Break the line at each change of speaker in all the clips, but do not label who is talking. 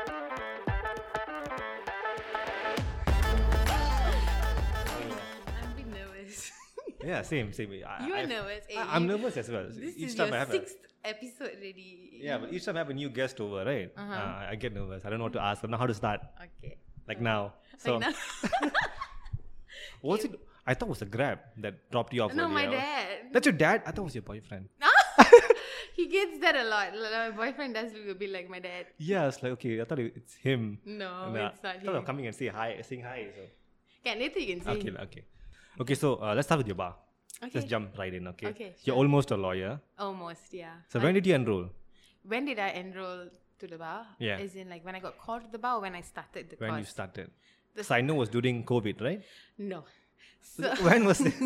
Oh, yeah, same, same. I,
You
I-
are nervous. eh?
I, am
You-
nervous as well.
This
each
is
time
your
I have a,
sixth episode already.
yeah, but each time I have a new guest over, right? uh
Uh-huh.
I get nervous. I don't know what to ask. I don't know how to start.
okay.
Like now. So
Like
was it? I thought it was a grab that dropped you off.
no, my
earlier.
dad.
That's your dad. I thought it was your boyfriend.
He gets that a lot. Like, My boyfriend does look a bit like my dad.
Yeah, it's like okay. I thought it- it's him.
No,
And, uh,
it's not
I thought of
him.
coming and say hi, saying hi. So.
Yeah, later you can see.
Okay, lah, okay, okay. So uh, let's start with your bar. Let's
Okay.
jump right in. Okay.
Okay,
You're almost a lawyer.
Almost, yeah.
So when did you enroll?
When did I enroll to the bar?
Yeah.
As in, like, when I got called to the bar or when I started the
When you
course?
started?
The-
So I know was during COVID, right?
no. So,
when was it?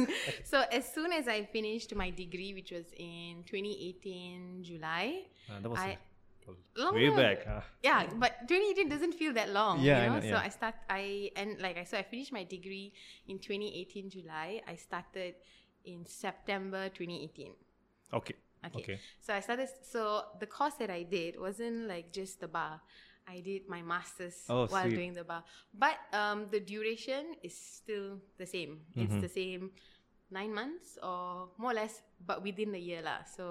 so as soon as I finished my degree, which was in 2018 July,
Uh, that was
I-
uh,
long
way
time
back.
ago.
huh?
Yeah, but 2018 doesn't feel that long.
Yeah, I
you know?
know,
so
yeah.
I start. I and like I so I finished my degree in 2018 July. I started in September 2018.
Okay.
Okay.
Okay.
So I started. So the course that I did wasn't like just the bar. I did my masters
Oh,
while
sweet.
doing the bar, but um, the duration is still the same.
Mm-hmm.
It's the same, nine months or more or less, but within the year lah. So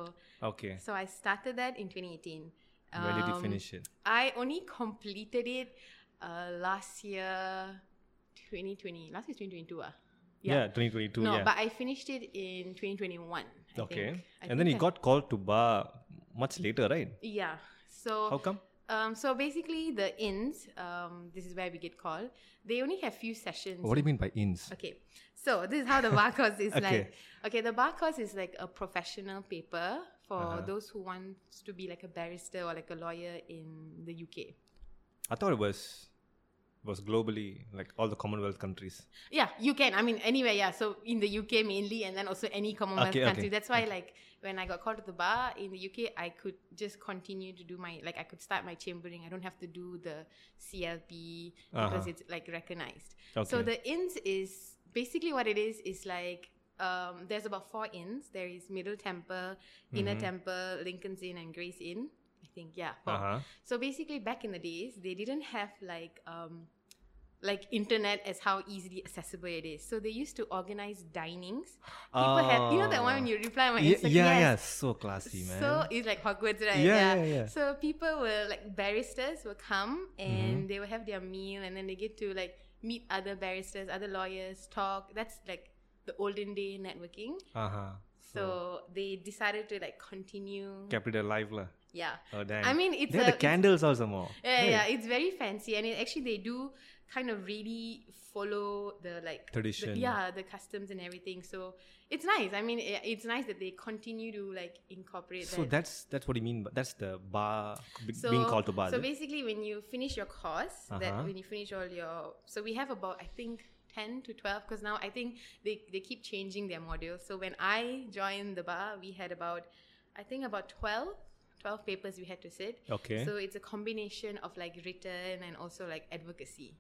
Okay.
so I started that in 2018.
when did you
Um,
finish it?
I only completed it uh, last year, 2020. Last year, 2022. Ah,
Yeah, 2022.
No,
yeah.
but I finished it in 2021. I
okay.
think. I
and then
think
you
I-
got called to bar much later, right?
Yeah. So
How come?
um, so basically, the inns, um, this is where we get called, they only have few sessions.
What do you mean by ins?
Okay. So this is how the bar course is
Okay.
like. Okay, the bar course is like a professional paper for
Uh-huh.
those who want to be like a barrister or like a lawyer in the UK.
I thought it was was globally like all the Commonwealth countries.
Yeah, you can. I mean, anywhere. Yeah. So in the UK mainly, and then also any Commonwealth
Okay, okay.
country. That's why, like, when I got called to the bar in the UK, I could just continue to do my like I could start my chambering. I don't have to do the CLP because
Uh-huh.
it's like recognized.
Okay.
So the inns is basically what it is is like um, there's about four inns. There is Middle Temple, Inner
Mm-hmm.
Temple, Lincoln's Inn, and Grace Inn. I think yeah. four.
uh-huh.
So basically, back in the days, they didn't have like um, like internet as how easily accessible it is. So they used to organize dinings. People
Ah.
had you know that one when you reply on my
yeah,
Instagram.
Oh. yeah, yeah,
yes.
so classy, man.
So it's like Hogwarts, right?
Yeah, yeah, yeah.
So people were like barristers will come and
Mm-hmm.
they will have their meal and then they get to like meet other barristers, other lawyers, talk. That's like the olden day networking.
uh-huh.
So they decided to like continue.
kept it alive, lah.
Yeah.
Oh damn.
I mean, it's
they
a-
had the
it's-
candles also more.
Yeah,
right?
yeah, it's very fancy, and it, actually they do kind of really follow the like the-
Tradition.
yeah, the customs and everything. So it's nice. I mean, i it's nice that they continue to like incorporate.
So
that.
that's that's what you mean. But that's the bar b- being called to bar.
So
is it?
basically, when you finish your course,
Uh-huh.
that when you finish all your, so we have about I think ten to twelve because now I think they they keep changing their modules. So when I joined the bar, we had about I think about 12, 12 papers we had to sit.
okay.
So it's a combination of like written and also like advocacy.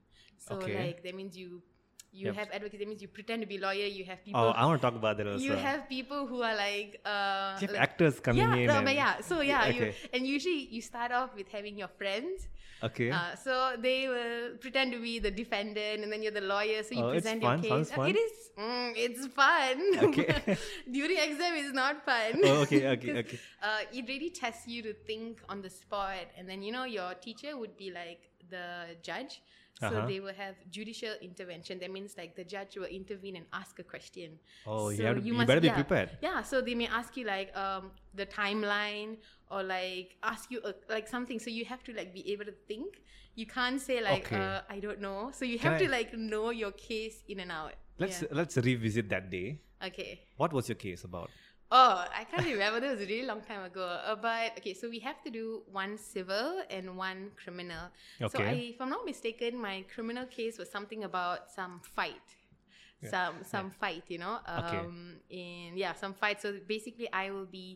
So
Okay.
like that means you you
Yep.
have advocacy. That means you pretend to be lawyer. You have people.
oh, I want to talk about that also.
you have people who are like uh,
You have
like-
actors coming
yeah,
in.
no,
and-
but yeah. So yeah, you,
okay.
and usually you start off with having your friends.
Okay.
Uh, so they will pretend to be the defendant, and then you're the lawyer. So you
Oh, it's
present
fun,
your case.
sounds
Uh, It
fun.
is. Mm, it's fun.
Okay.
During exam, it's not fun.
Oh, okay, okay,
'Cause,
okay.
Uh, it really tests you to think on the spot, and then you know your teacher would be like the judge. So
Uh-huh.
they will have judicial intervention. That means like the judge will intervene and ask a question.
oh, you,
So
have to,
you
you,
must-
better be
yeah.
prepared.
Yeah, so they may ask you like um, the timeline or like ask you uh, like something. So you have to like be able to think. You can't say like
Okay.
uh, I don't know. So you
Can
have to
I-
like know your case in and out.
Let's
Yeah.
let's revisit that day.
Okay.
What was your case about?
Oh, I can't remember. that was a really long time ago. Uh, but okay, so we have to do one civil and one criminal. So
Okay.
I, if I'm not mistaken, my criminal case was something about some fight.
Yeah.
Some some fight, you know.
Okay.
Um in yeah, some fight. So basically I will be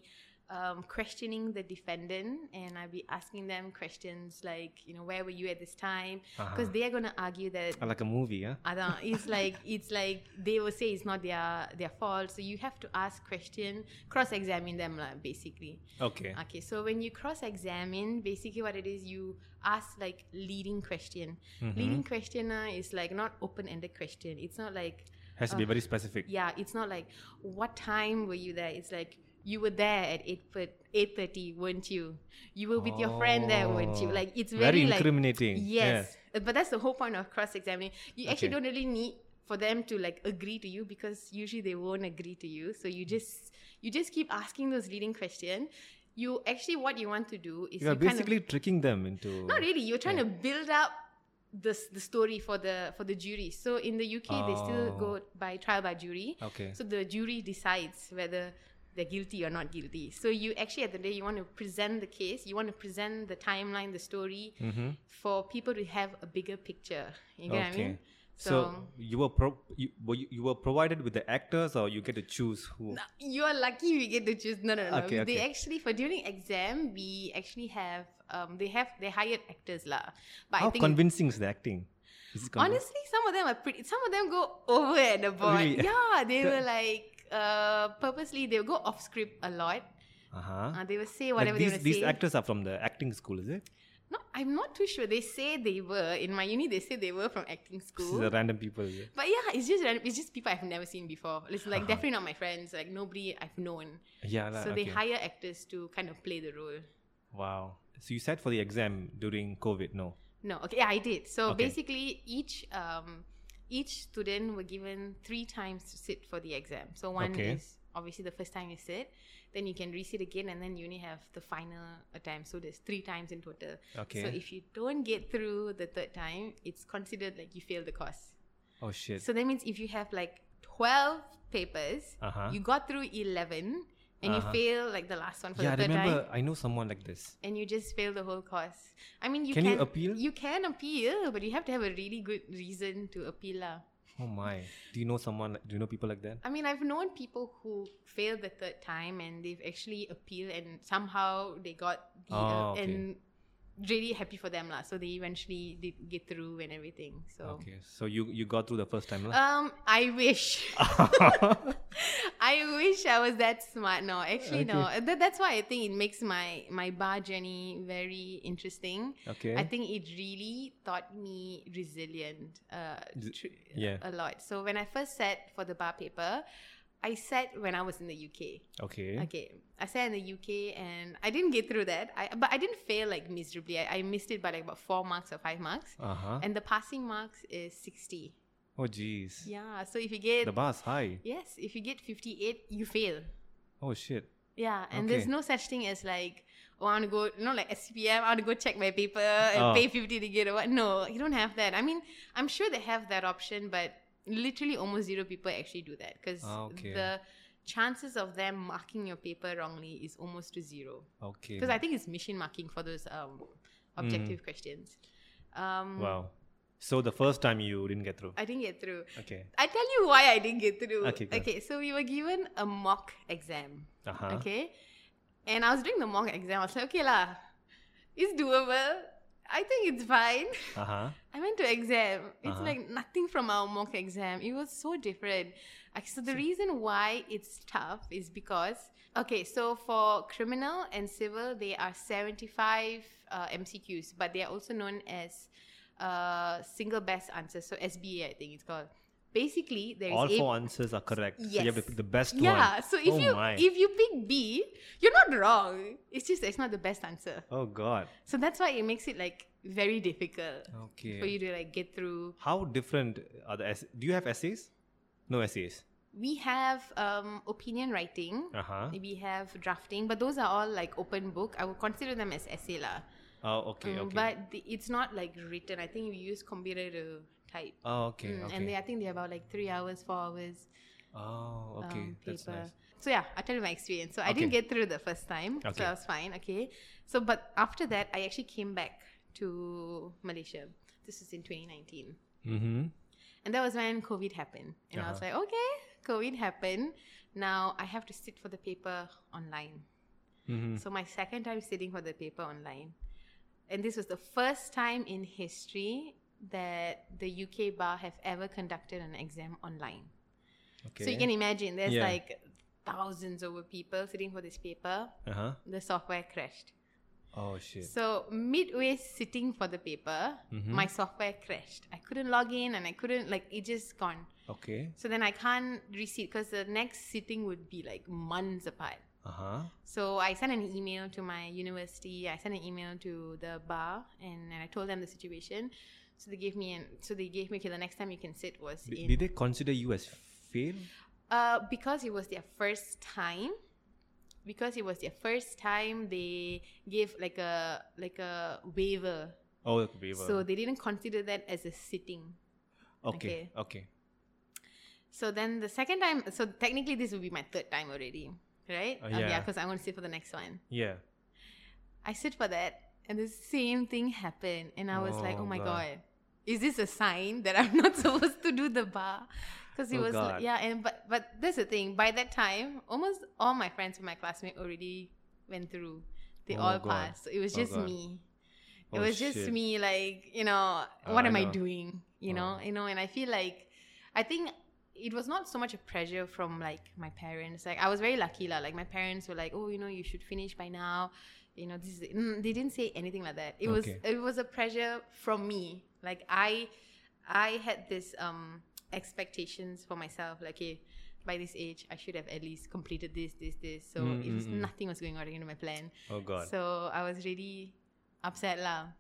um, questioning the defendant and I'll be asking them questions like, you know, where were you at this time? Because
Uh-huh.
they are gonna argue that
Uh, Like a movie, huh?
அதான் it's like it's like they will say it's not their their fault so you have to ask question cross examine them lah, basically
Okay.
okay so when you cross examine basically what it is you ask like
Mm-hmm.
leading question leading question ah, is like not open ended question it's not like
has to be very specific.
yeah it's not like what time were you there it's like you were there at 8 eight thirty, weren't you you were with your friend there weren't you
Oh,
like it's
very
very, like
incriminating.
yes Uh, but that's the whole point of cross-examining you actually
Okay.
don't really need for them to like agree to you because usually they won't agree to you so you just you just keep asking those leading questions you actually what you want to do is
You are
you kind of-
basically tricking them into.
not really you're trying to build up the, s- the story for the for the jury so in the uk they still
Oh.
go by trial by jury
Okay.
so the jury decides whether they're guilty or not guilty so you actually at the end of the day you want to present the case you want to present the timeline the story
mm-hmm.
for people to have a bigger picture you get what i mean
So,
So-
you were pro- you, were you, you were provided with the actors, or you get to choose who?
No, uh, you are lucky we get to choose. No, no, no.
Okay,
They
okay.
actually for during exam we actually have um they have they hired actors lah. But
How
I think
convincing is the acting? Is it convincing?
Honestly, some of them are pretty. Some of them go over at the board.
Really?
Yeah, they
The-
were like uh, purposely. They will go off script a lot.
uh-huh.
Uh, they will say
Like
whatever
these,
they want to
these
say.
actors are from the acting school, is it?
no, I'm not too sure. They say they were in my uni. They say they were from acting
These
school.
are random people. Is it?
but yeah, it's just random. It's just people I've never seen before. It's
Uh-huh.
like definitely not my friends. Like nobody I've known.
Yeah. lah,
so
okay.
they hire actors to kind of play the role.
Wow. So you sat for the exam during COVID? No.
No, okay, yeah, I did. So
Okay.
basically, each um, each student were given three times to sit for the exam. So one
Okay.
is obviously the first time you sit, then you can resit again, and then you only have the final attempt. So there's three times in total.
Okay.
So if you don't get through the third time, it's considered like you failed the course.
oh shit.
So that means if you have like twelve papers,
Uh-huh.
you got through eleven, and
Uh-huh.
you fail like the last one for
yeah, I
the third time
remember. I know someone like this.
and you just fail the whole course. I mean, you
Can
can,
you appeal?
You can appeal, but you have to have a really good reason to appeal. lah.
Oh my. Do you know someone? Like, do you know people like that?
I mean, I've known people who failed the third time and they've actually appealed and somehow they got the
Oh,
uh,
okay.
and really happy for them lah. So they eventually did get through and everything. So.
Okay. So you you got through the first time, lah.
Um, I wish. I wish I was that smart. No, actually, no. That, that's why I think it makes my my bar journey very interesting.
okay.
I think it really taught me resilient uh,
Z-
tr-
yeah.
a lot. So when I first sat for the bar paper, I sat when I was in the UK.
okay.
Okay, I sat in the UK and I didn't get through that. I but I didn't fail like miserably. I, I missed it by like about four marks or five marks,
Uh huh.
and the passing marks is sixty.
Oh jeez.
Yeah. So if you get
The bar's high.
yes, if you get fifty-eight, you fail.
Oh shit.
Yeah, and there's
Okay.
no such thing as like, oh, I want to go, you know, like SPM, I want to go check my paper and
Oh.
pay 50 to get a what. No, you don't have that. I mean, I'm sure they have that option, but literally almost zero people actually do that because
Ah, okay.
the chances of them marking your paper wrongly is almost to zero.
Okay.
Because I think it's mission marking for those um,
Mm.
objective questions. Um,
Wow. So the first time you didn't get through.
I didn't get through.
Okay.
I tell you why I didn't get through.
Okay, go.
okay so we were given a mock exam.
Uh huh.
Okay. And I was doing the mock exam. I was like, okay lah, it's doable. I think it's fine.
Uh huh.
I went to exam. It's
Uh-huh.
like nothing from our mock exam. It was so different. Like, So the reason why it's tough is because okay, so for criminal and civil, they are seventy-five uh, MCQs, but they are also known as uh, single best answers. So SBA, I think it's called. Basically, there is
All
a-
four answers are correct. So you have to
Yes.
pick the best one.
yeah. So if
oh
you
my.
if you pick B, you're not wrong. It's just that it's not the best answer.
oh god.
So that's why it makes it like very difficult
Okay.
for you to like get through.
How different are the ess- Do you have essays? No essays.
We have um, opinion writing.
Uh huh.
We have drafting, but those are all like open book. I would consider them as essay lah.
Oh okay
Um,
okay.
But the, it's not like written. I think you use computer to type.
oh okay
Mm,
okay.
And they, I think they're about like three hours, four hours.
oh okay.
um,
That's
paper.
nice.
So yeah, I'll tell you my experience. So I didn't get through the first time,
Okay.
so I was fine. Okay. So but after that, I actually came back to Malaysia. This was in 2019,
Mm-hmm.
and that was when COVID happened. And I was
Uh-huh.
like, okay, COVID happened. Now I have to sit for the paper online.
Mm-hmm.
So my second time sitting for the paper online, and this was the first time in history that the UK bar have ever conducted an exam online.
Okay.
So you can imagine there's
Yeah.
like thousands over people sitting for this paper.
Uh huh.
The software crashed.
Oh shit.
So midway sitting for the paper,
Mm-hmm.
my software crashed. I couldn't log in and I couldn't like it just gone.
Okay.
So then I can't resit because the next sitting would be like months apart.
Uh huh.
So I sent an email to my university. I sent an email to the bar and, and I told them the situation. So they gave me an so they gave me okay the next time you can sit was in
Did they consider you as fail?
uh, because it was their first time. Because it was their first time, they gave like a like a waiver.
Oh, waiver.
So they didn't consider that as a sitting.
okay. Okay.
So then the second time, so technically this will be my third time already, right?
Oh,
Um,
yeah.
because I'm going to sit for the next one.
Yeah.
I sit for that, and the same thing happened, and I was like,
Oh,
oh my
God.
god, is this a sign that I'm not supposed to do the bar? Because it
Oh,
was like-
God.
yeah, and but but that's the thing. By that time, almost all my friends from my classmate already went through. They
Oh,
all
God.
passed. So it was
Oh,
just
God.
me. It
Oh,
was just
shit.
me, like you know,
Uh,
what
I
am I
know.
doing? You know,
Oh.
you know, and I feel like, I think it was not so much a pressure from like my parents. Like I was very lucky, lah. Like my parents were like, oh, you know, you should finish by now. You know, this is mm, they didn't say anything like that. It was
Okay.
it was a pressure from me. Like I, I had this um expectations for myself. Like, hey, by this age, I should have at least completed this, this, this. So
Mm,
it was
mm, mm.
nothing was going according to my plan.
Oh god.
So I was really upset lah.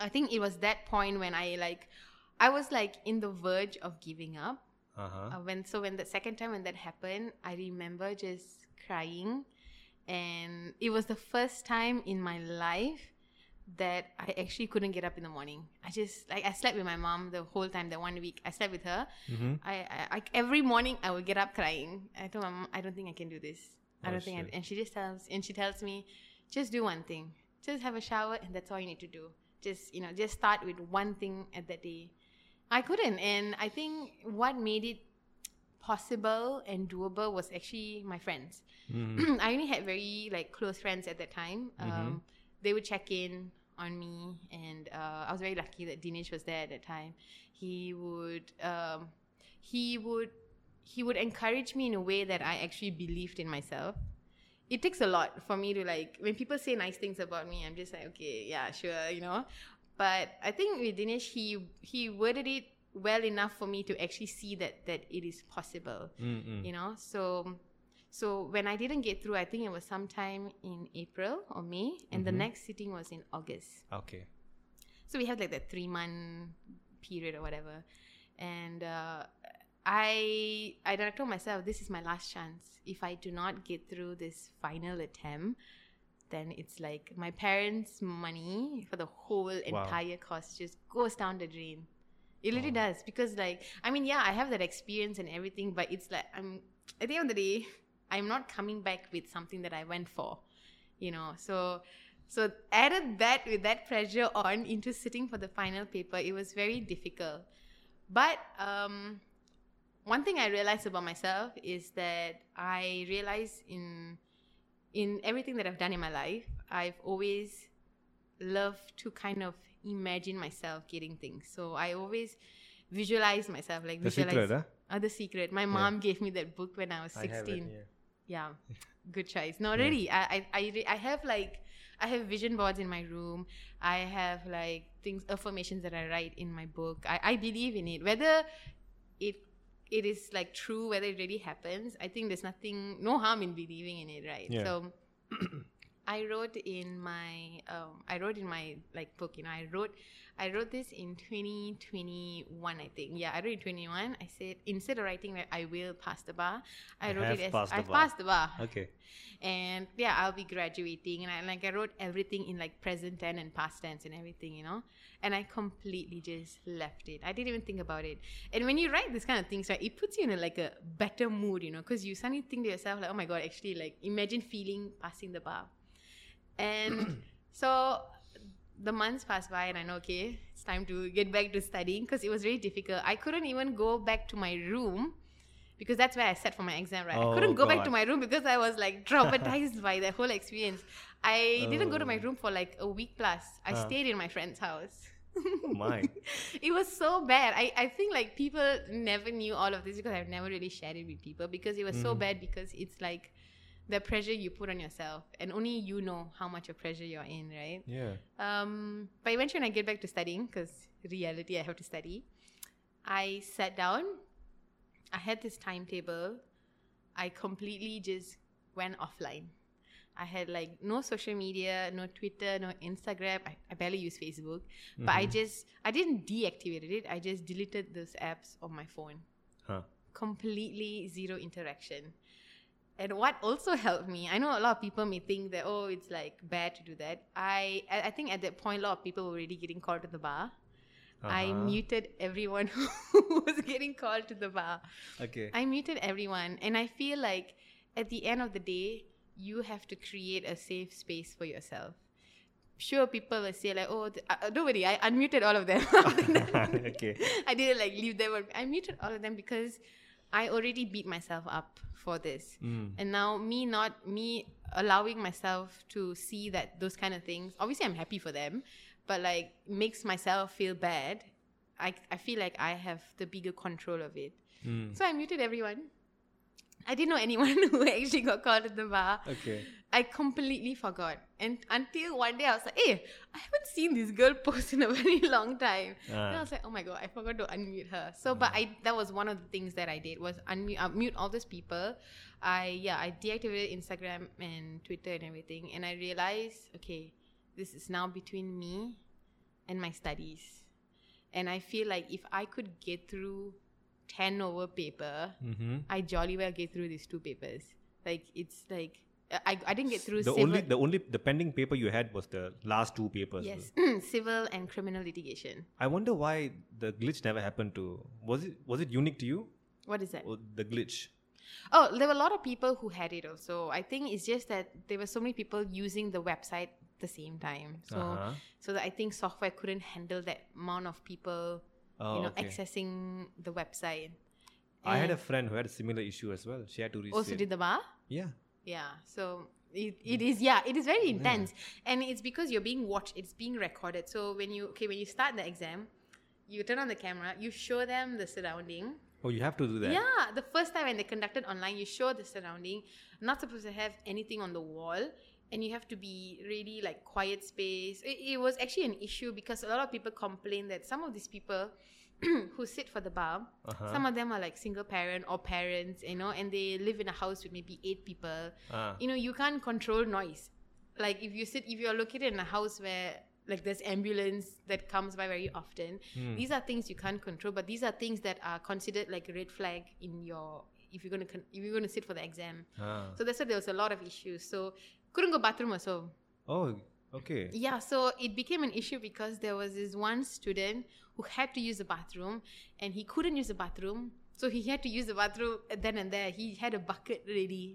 I think it was that point when I like I was like in the verge of giving up.
uh huh.
Uh, when so when the second time when that happened, I remember just crying and it was the first time in my life that I actually couldn't get up in the morning. I just like I slept with my mom the whole time that one week. I slept with her.
Mm-hmm.
I, I, I every morning I would get up crying. I told my mom, I don't think I can do this. I
Oh,
don't think. I,
shit.
and she just tells and she tells me, just do one thing. Just have a shower and that's all you need to do. Just you know, just start with one thing at that day. I couldn't, and I think what made it possible and doable was actually my friends.
Mm-hmm.
I only had very like close friends at that time. Um, They would check in on me, and uh, I was very lucky that Dinesh was there at that time. He would, um, he would, he would encourage me in a way that I actually believed in myself. It takes a lot for me to like when people say nice things about me. I'm just like, okay, yeah, sure, you know. But I think with Dinesh, he he worded it well enough for me to actually see that that it is possible
Mm-hmm.
you know so so when i didn't get through i think it was sometime in april or may and the
Mhm.
next sitting was in august
Okay.
so we had like that three month period or whatever and uh, i i then I told myself this is my last chance if i do not get through this final attempt then it's like my parents money for the whole
Wow.
entire cost just goes down the drain it really
Wow.
does because like i mean yeah i have that experience and everything but it's like i'm at the end of the day i'm not coming back with something that i went for you know so so added that with that pressure on into sitting for the final paper it was very difficult but um one thing i realized about myself is that i realized in in everything that i've done in my life i've always loved to kind of imagine myself getting things so i always visualize myself like
The
visualize
secret, huh?
Oh, The Secret. My mom gave me that book when I was 16. yeah. Good choice. No,
Yeah.
really. I, I, I, re- I have like, I have vision boards in my room. I have like things, affirmations that I write in my book. I, I believe in it. Whether it, it is like true, whether it really happens, I think there's nothing, no harm in believing in it, right?
Yeah.
So I wrote in my, um, I wrote in my like book, you know, I wrote I wrote this in 2021, I think. Yeah, I wrote it in 21. I said instead of writing that I will pass the bar, I,
I
wrote
have
it as
passed the
I've
bar."
passed the bar,
Okay.
and yeah, I'll be graduating, and I like I wrote everything in like present tense and past tense and everything, you know. And I completely just left it. I didn't even think about it. And when you write this kind of things, right, it puts you in a, like a better mood, you know, because you suddenly think to yourself like, oh my god, actually, like imagine feeling passing the bar, and so the months passed by and I know, okay, it's time to get back to studying because it was very difficult. I couldn't even go back to my room because that's where I sat for my exam, right? I couldn't
Oh,
go back to
God.
my room because I was like traumatized by the whole experience. I didn't go to my
Oh.
room for like a week plus. I
Huh.
stayed in my friend's house.
Mine.
It was so bad. I, I think like people never knew all of this because I've never really shared it with people because it was so
Mm.
bad because it's like the pressure you put on yourself, and only you know how much of pressure you're in, right?
Yeah.
Um, but eventually, when I get back to studying, because reality, I have to study, I sat down. I had this timetable. I completely just went offline. I had like no social media, no Twitter, no Instagram. I, I barely use Facebook. But
Mm-hmm.
I just, I didn't deactivated it. I just deleted those apps on my phone.
Huh.
Completely zero interaction. And what also helped me, I know a lot of people may think that, oh, it's like bad to do that. I, I I think at that point, a lot of people were already getting called to the bar. I
Uh-huh.
muted everyone who was getting called to the bar.
Okay.
I muted everyone. And I feel like at the end of the day, you have to create a safe space for yourself. Sure, people will say, like, oh, th- uh, uh, don't worry, I unmuted all of them.
Okay.
I didn't like leave them. on- I muted all of them because I already beat myself up for this.
Mm.
And now, me not, me allowing myself to see that those kind of things, obviously, I'm happy for them, but like makes myself feel bad. I, I feel like I have the bigger control of it.
Mm.
So I muted everyone. I didn't know anyone who actually got called at the bar.
Okay.
I completely forgot. And until one day I was like, hey, I haven't seen this girl post in a very long time. And I
Ah.
was like, oh my god, I forgot to unmute her.
Uh-huh.
So, but I that was one of the things that I did was unmute uh, mute all those people. I yeah, I deactivated Instagram and Twitter and everything, and I realized okay, this is now between me and my studies, and I feel like if I could get through ten over paper,
Mm-hmm.
I jolly well get through these two papers. Like it's like I, I didn't get through
The
civil,
only the only the pending paper you had was the last two papers.
yes civil and criminal litigation.
I wonder why the glitch never happened to was it was it unique to you?
What is that?
Or the glitch?
Oh, there were a lot of people who had it also. I think it's just that there were so many people using the website at the same time. So
Uh-huh.
so that I think software couldn't handle that amount of people
Oh,
you know
okay.
accessing the website.
I had a
And
friend who had a similar issue as well. She had to reset.
also did the bar?
yeah.
Yeah. So it,
Mm.
it is yeah, it is very intense. And it's because you're being watched, it's being recorded. So when you okay, when you start the exam, you turn on the camera, you show them the surrounding.
Oh, you have to do that.
Yeah, the first time when they conducted online, you show the surrounding. Not supposed to have anything on the wall, and you have to be really like quiet space. It, it was actually an issue because a lot of people complain that some of these people who sit for the bar,
Uh-huh.
some of them are like single parent or parents, you know, and they live in a house with maybe eight people.
Ah.
You know, you can't control noise. Like if you sit, if you're located in a house where like there's ambulance that comes by very often
Hmm.
these are things you can't control but these are things that are considered like a red flag in your if you're gonna con- if you're gonna sit for the exam
Ah.
so that's why there was a lot of issues so couldn't go bathroom also
Oh, okay.
yeah so it became an issue because there was this one student who had to use the bathroom and he couldn't use the bathroom so he had to use the bathroom then and there he had a bucket ready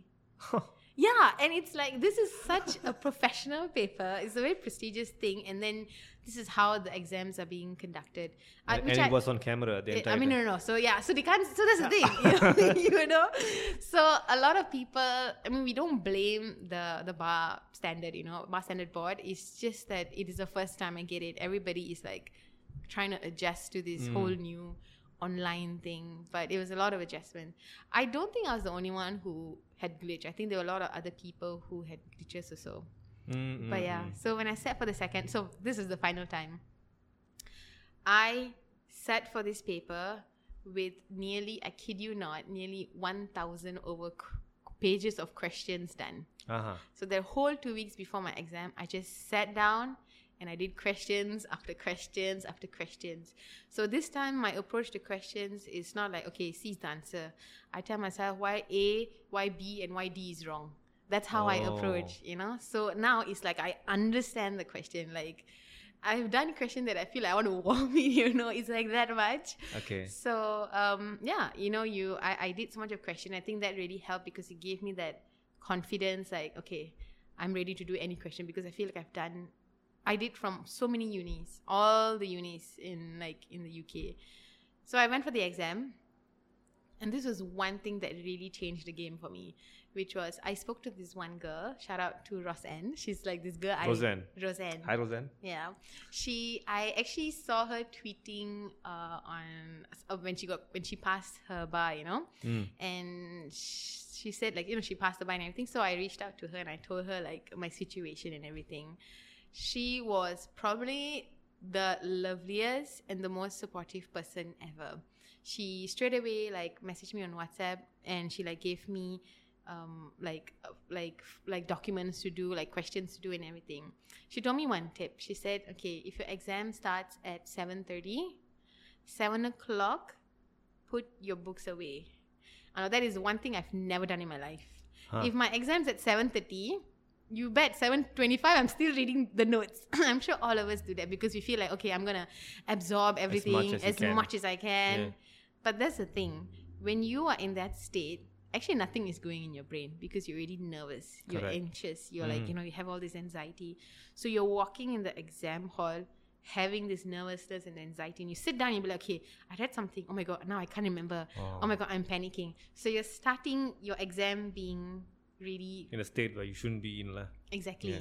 yeah, and it's like this is such a professional paper. It's a very prestigious thing, and then this is how the exams are being conducted. Uh,
and
which
and
I-
it was on camera the
yeah,
entire
Eh, I mean,
time.
no, no, no. So yeah, so they can't. So that's the thing, you, know. So a lot of people. I mean, we don't blame the the bar standard, you know, bar standard board. It's just that it is the first time I get it. Everybody is like trying to adjust to
Hmm.
this whole new online thing, but it was a lot of adjustment. I don't think I was the only one who had glitch. I think there were a lot of other people who had glitches also.
Mm,
uh, But
mm,
yeah,
mm.
so when I sat for the second, so this is the final time. I sat for this paper with nearly, I kid you not, nearly 1,000 over qu- pages of questions done.
Uh-huh.
So the whole two weeks before my exam, I just sat down and I did questions after questions after questions. So this time, my approach to questions is not like, okay, C is the answer. I tell myself why A, why B, and why D is wrong. That's how I approach, you know? So now it's like I understand the question. Like, I've done question that I feel I want to warm in, you know? It's like that much.
Okay.
So um, yeah, you know, you I, I did so much of question. I think that really helped because it gave me that confidence. Like okay, I'm ready to do any question because I feel like I've done. I did from so many unis, all the unis in like in the UK. So I went for the exam. And this was one thing that really changed the game for me, which was I spoke to this one girl. Shout out to Rosanne. She's like this girl.
Roseanne.
I, Roseanne.
Hi, Roseanne.
Yeah, she. I actually saw her tweeting uh, on uh, when she got when she passed her bar, you know,
Mm.
and she, she said like you know she passed the bar and everything. So I reached out to her and I told her like my situation and everything. She was probably the loveliest and the most supportive person ever. She straight away like messaged me on WhatsApp and she like gave me um, like uh, like like documents to do, like questions to do, and everything. She told me one tip. She said, "Okay, if your exam starts at 7.30, 7 o'clock, put your books away." Now that is one thing I've never done in my life.
Huh.
If my exam's at 7.30, you bet 7.25 I'm still reading the notes. I'm sure all of us do that because we feel like, okay, I'm going to absorb everything as much
as
as,
you can.
I can.
Yeah.
But that's the thing. When you are in that state, actually nothing is going in your brain because you're really nervous. You're
Correct.
anxious. You're like,
Mm.
you know, you have all this anxiety. So you're walking in the exam hall having this nervousness and anxiety and you sit down and you be like, okay, I read something. Oh my god, now I can't remember.
Oh.
Oh, my god, I'm panicking. So you're starting your exam being really
In a state where you shouldn't be in. La.
exactly.
Yeah.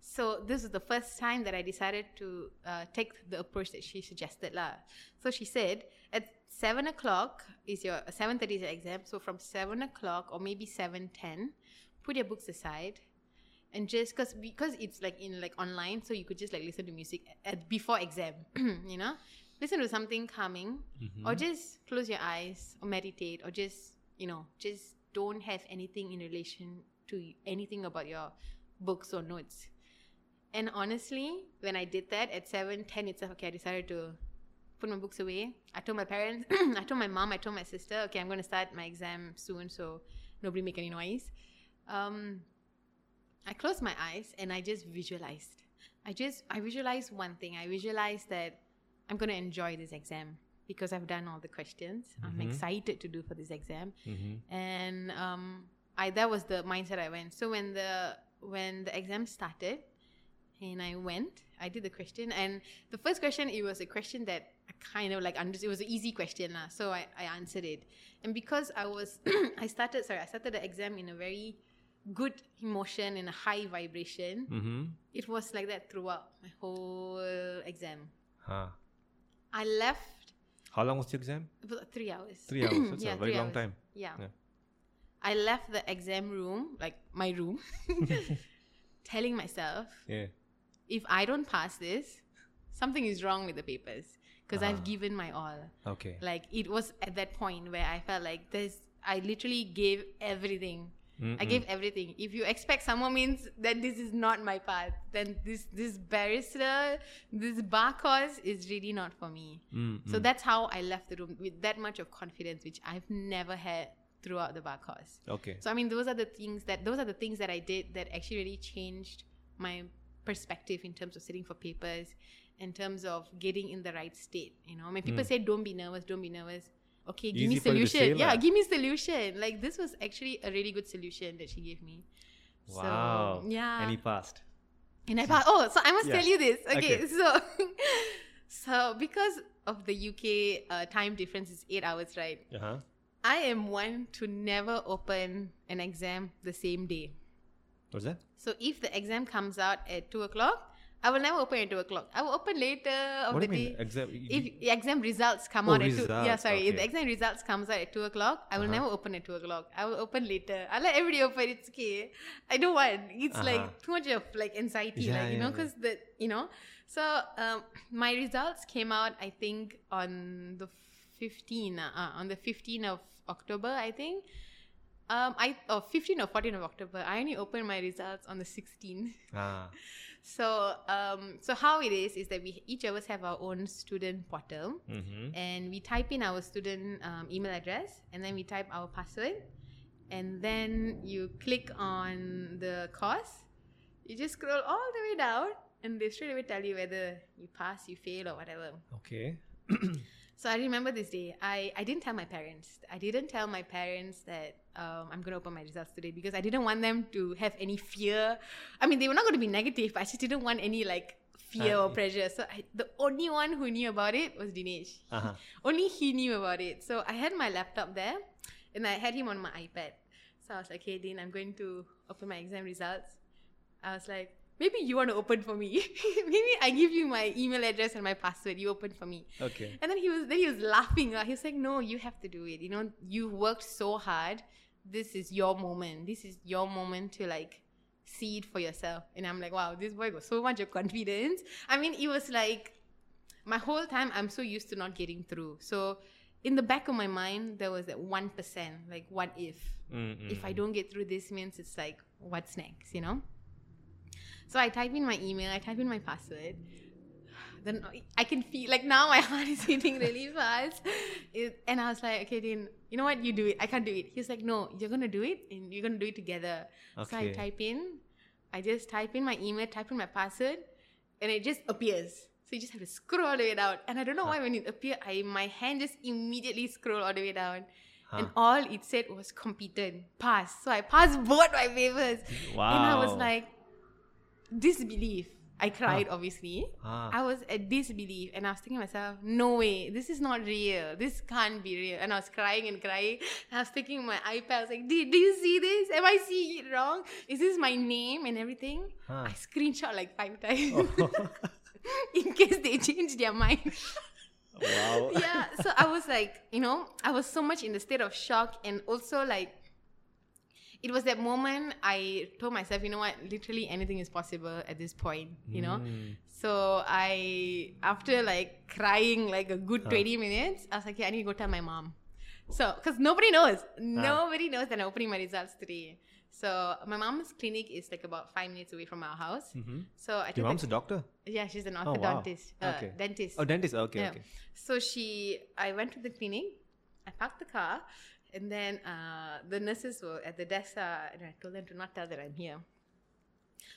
So this is the first time that I decided to uh, take the approach that she suggested, lah. So she said at seven o'clock is your seven thirty is your exam. So from seven o'clock or maybe seven ten, put your books aside. And just cause because it's like in like online, so you could just like listen to music at, before exam, you know, listen to something calming,
Mm-hmm.
or just close your eyes or meditate or just you know just don't have anything in relation to y- anything about your books or notes and honestly when i did that at seven ten itself okay i decided to put my books away i told my parents i told my mom i told my sister okay i'm going to start my exam soon so nobody make any noise um, I closed my eyes and I just visualized. I just I visualized one thing. I visualized that I'm gonna enjoy this exam because I've done all the questions. I'm
Mhm.
excited to do for this exam,
hmm
and um, I that was the mindset I went. So when the when the exam started, and I went, I did the question, and the first question it was a question that I kind of like understood. It was an easy question, lah. So I, I answered it, and because I was I started sorry I started the exam in a very good emotion and a high vibration.
hmm
It was like that throughout my whole exam.
Huh.
I left
How long was the exam?
about three hours.
Three hours. That's
Yeah,
a very
three
long
hours.
time.
Yeah.
Yeah.
I left the exam room, like my room, telling myself,
Yeah.
if I don't pass this, something is wrong with the papers because
Ah.
I've given my all.
Okay.
Like it was at that point where I felt like this. I literally gave everything. I
Mm-mm.
gave everything. If you expect someone means that this is not my path, then this this barrister, this bar course is really not for me.
Mm-mm.
So that's how I left the room with that much of confidence, which I've never had throughout the bar course.
Okay.
So I mean, those are the things that those are the things that I did that actually really changed my perspective in terms of sitting for papers, in terms of getting in the right state. You know, when people say don't be nervous, don't be nervous. Okay, give
Hmm. Easy
me
for you to
solution.
say
yeah,
lah.
give me solution. Like this was actually a really good solution that she gave me.
Wow.
So, yeah.
And he passed.
And I thought, oh, so I must
Yeah.
tell you this. Okay,
Okay.
so so because of the UK uh, time difference is eight hours, right?
Uh huh.
I am one to never open an exam the same day.
What's that?
So if the exam comes out at two o'clock, I will never open at two o'clock. I will open later of
what do
the
you mean?
day.
Exam.
If the exam results come
E Oh,
out at two, yeah,
results,
sorry. If the
okay.
exam results comes out at two o'clock, I will
Uh-huh.
never open at two o'clock. I will open later. I let everybody open. It's okay. I don't want. It's
Uh-huh.
like too much of like anxiety,
Yeah,
like you
yeah,
know, because the you know. So um, my results came out, I think, on the fifteen, uh, uh, on the fifteen of October, I think. Um, I or fifteen or fourteen of October. I only opened my results on the sixteen.
ah.
So um, so how it is is that we each of us have our own student portal
Mm-hmm.
and we type in our student um, email address and then we type our password and then you click on the course you just scroll all the way down and they straight away tell you whether you pass you fail or whatever
Okay.
so i remember this day i, I didn't tell my parents i didn't tell my parents that um, i'm going to open my results today because i didn't want them to have any fear i mean they were not going to be negative but i just didn't want any like fear or
Uh,
pressure. So I, the only one who knew about it was Dinesh.
Uh-huh.
Only he knew about it. So I had my laptop there and I had him on my iPad. So I was like, hey, Dean, I'm going to open my exam results. I was like, maybe you want to open for me. maybe I give you my email address and my password. You open for me.
Okay.
And then he was then he was laughing. Like, he was like, "No, you have to do it. You know, you worked so hard. This is your moment. This is your moment to like see it for yourself." And I'm like, "Wow, this boy got so much of confidence." I mean, it was like my whole time. I'm so used to not getting through. So in the back of my mind, there was that one percent. Like, what if?
Mm-mm.
If I don't get through this, means it's like, what's next? You know. So I type in my email. I type in my password then I can feel like now my heart is beating really fast. It, and I was like, okay, Dean, you know what? You do it. I can't do it. He's like, no, you're gonna do it, and you're gonna do it together. So I
Okay.
type in, I just type in my email, type in my password, and it just appears. So you just have to scroll all the way down. And I don't know why when it appeared, I my hand just immediately scrolled all the way down. And
Huh.
all it said was competent, pass. So I passed both my papers.
Wow.
And I was like, disbelief. I cried, obviously.
Ah.
I was at disbelief and I was thinking to myself, no way, this is not real. This can't be real. And I was crying and crying. I was taking my iPad. I was like, do, do you see this? Am I seeing it wrong? Is this my name and everything?
Huh.
I screenshot like five times
Ah. Oh.
in case they change their mind.
wow.
yeah. So I was like, you know, I was so much in the state of shock and also like, it was that moment I told myself, you know what, literally anything is possible at this point, you know?
Mm.
So I, after like crying like a good 20 minutes, I was like, yeah, I need to go tell my mom. So, because nobody knows, nobody knows that I'm opening my results today. So my mom's clinic is like about five minutes away from our house.
Mhm.
So I took
Your
the-
mom's a doctor?
yeah, she's an
wow.
orthodontist, uh,
Okay.
dentist.
Oh, dentist. Okay,
Yeah.
okay.
So she, I went to the clinic, I parked the car, and then uh, the nurses were at the desk, uh, and I told them to not tell that I'm here.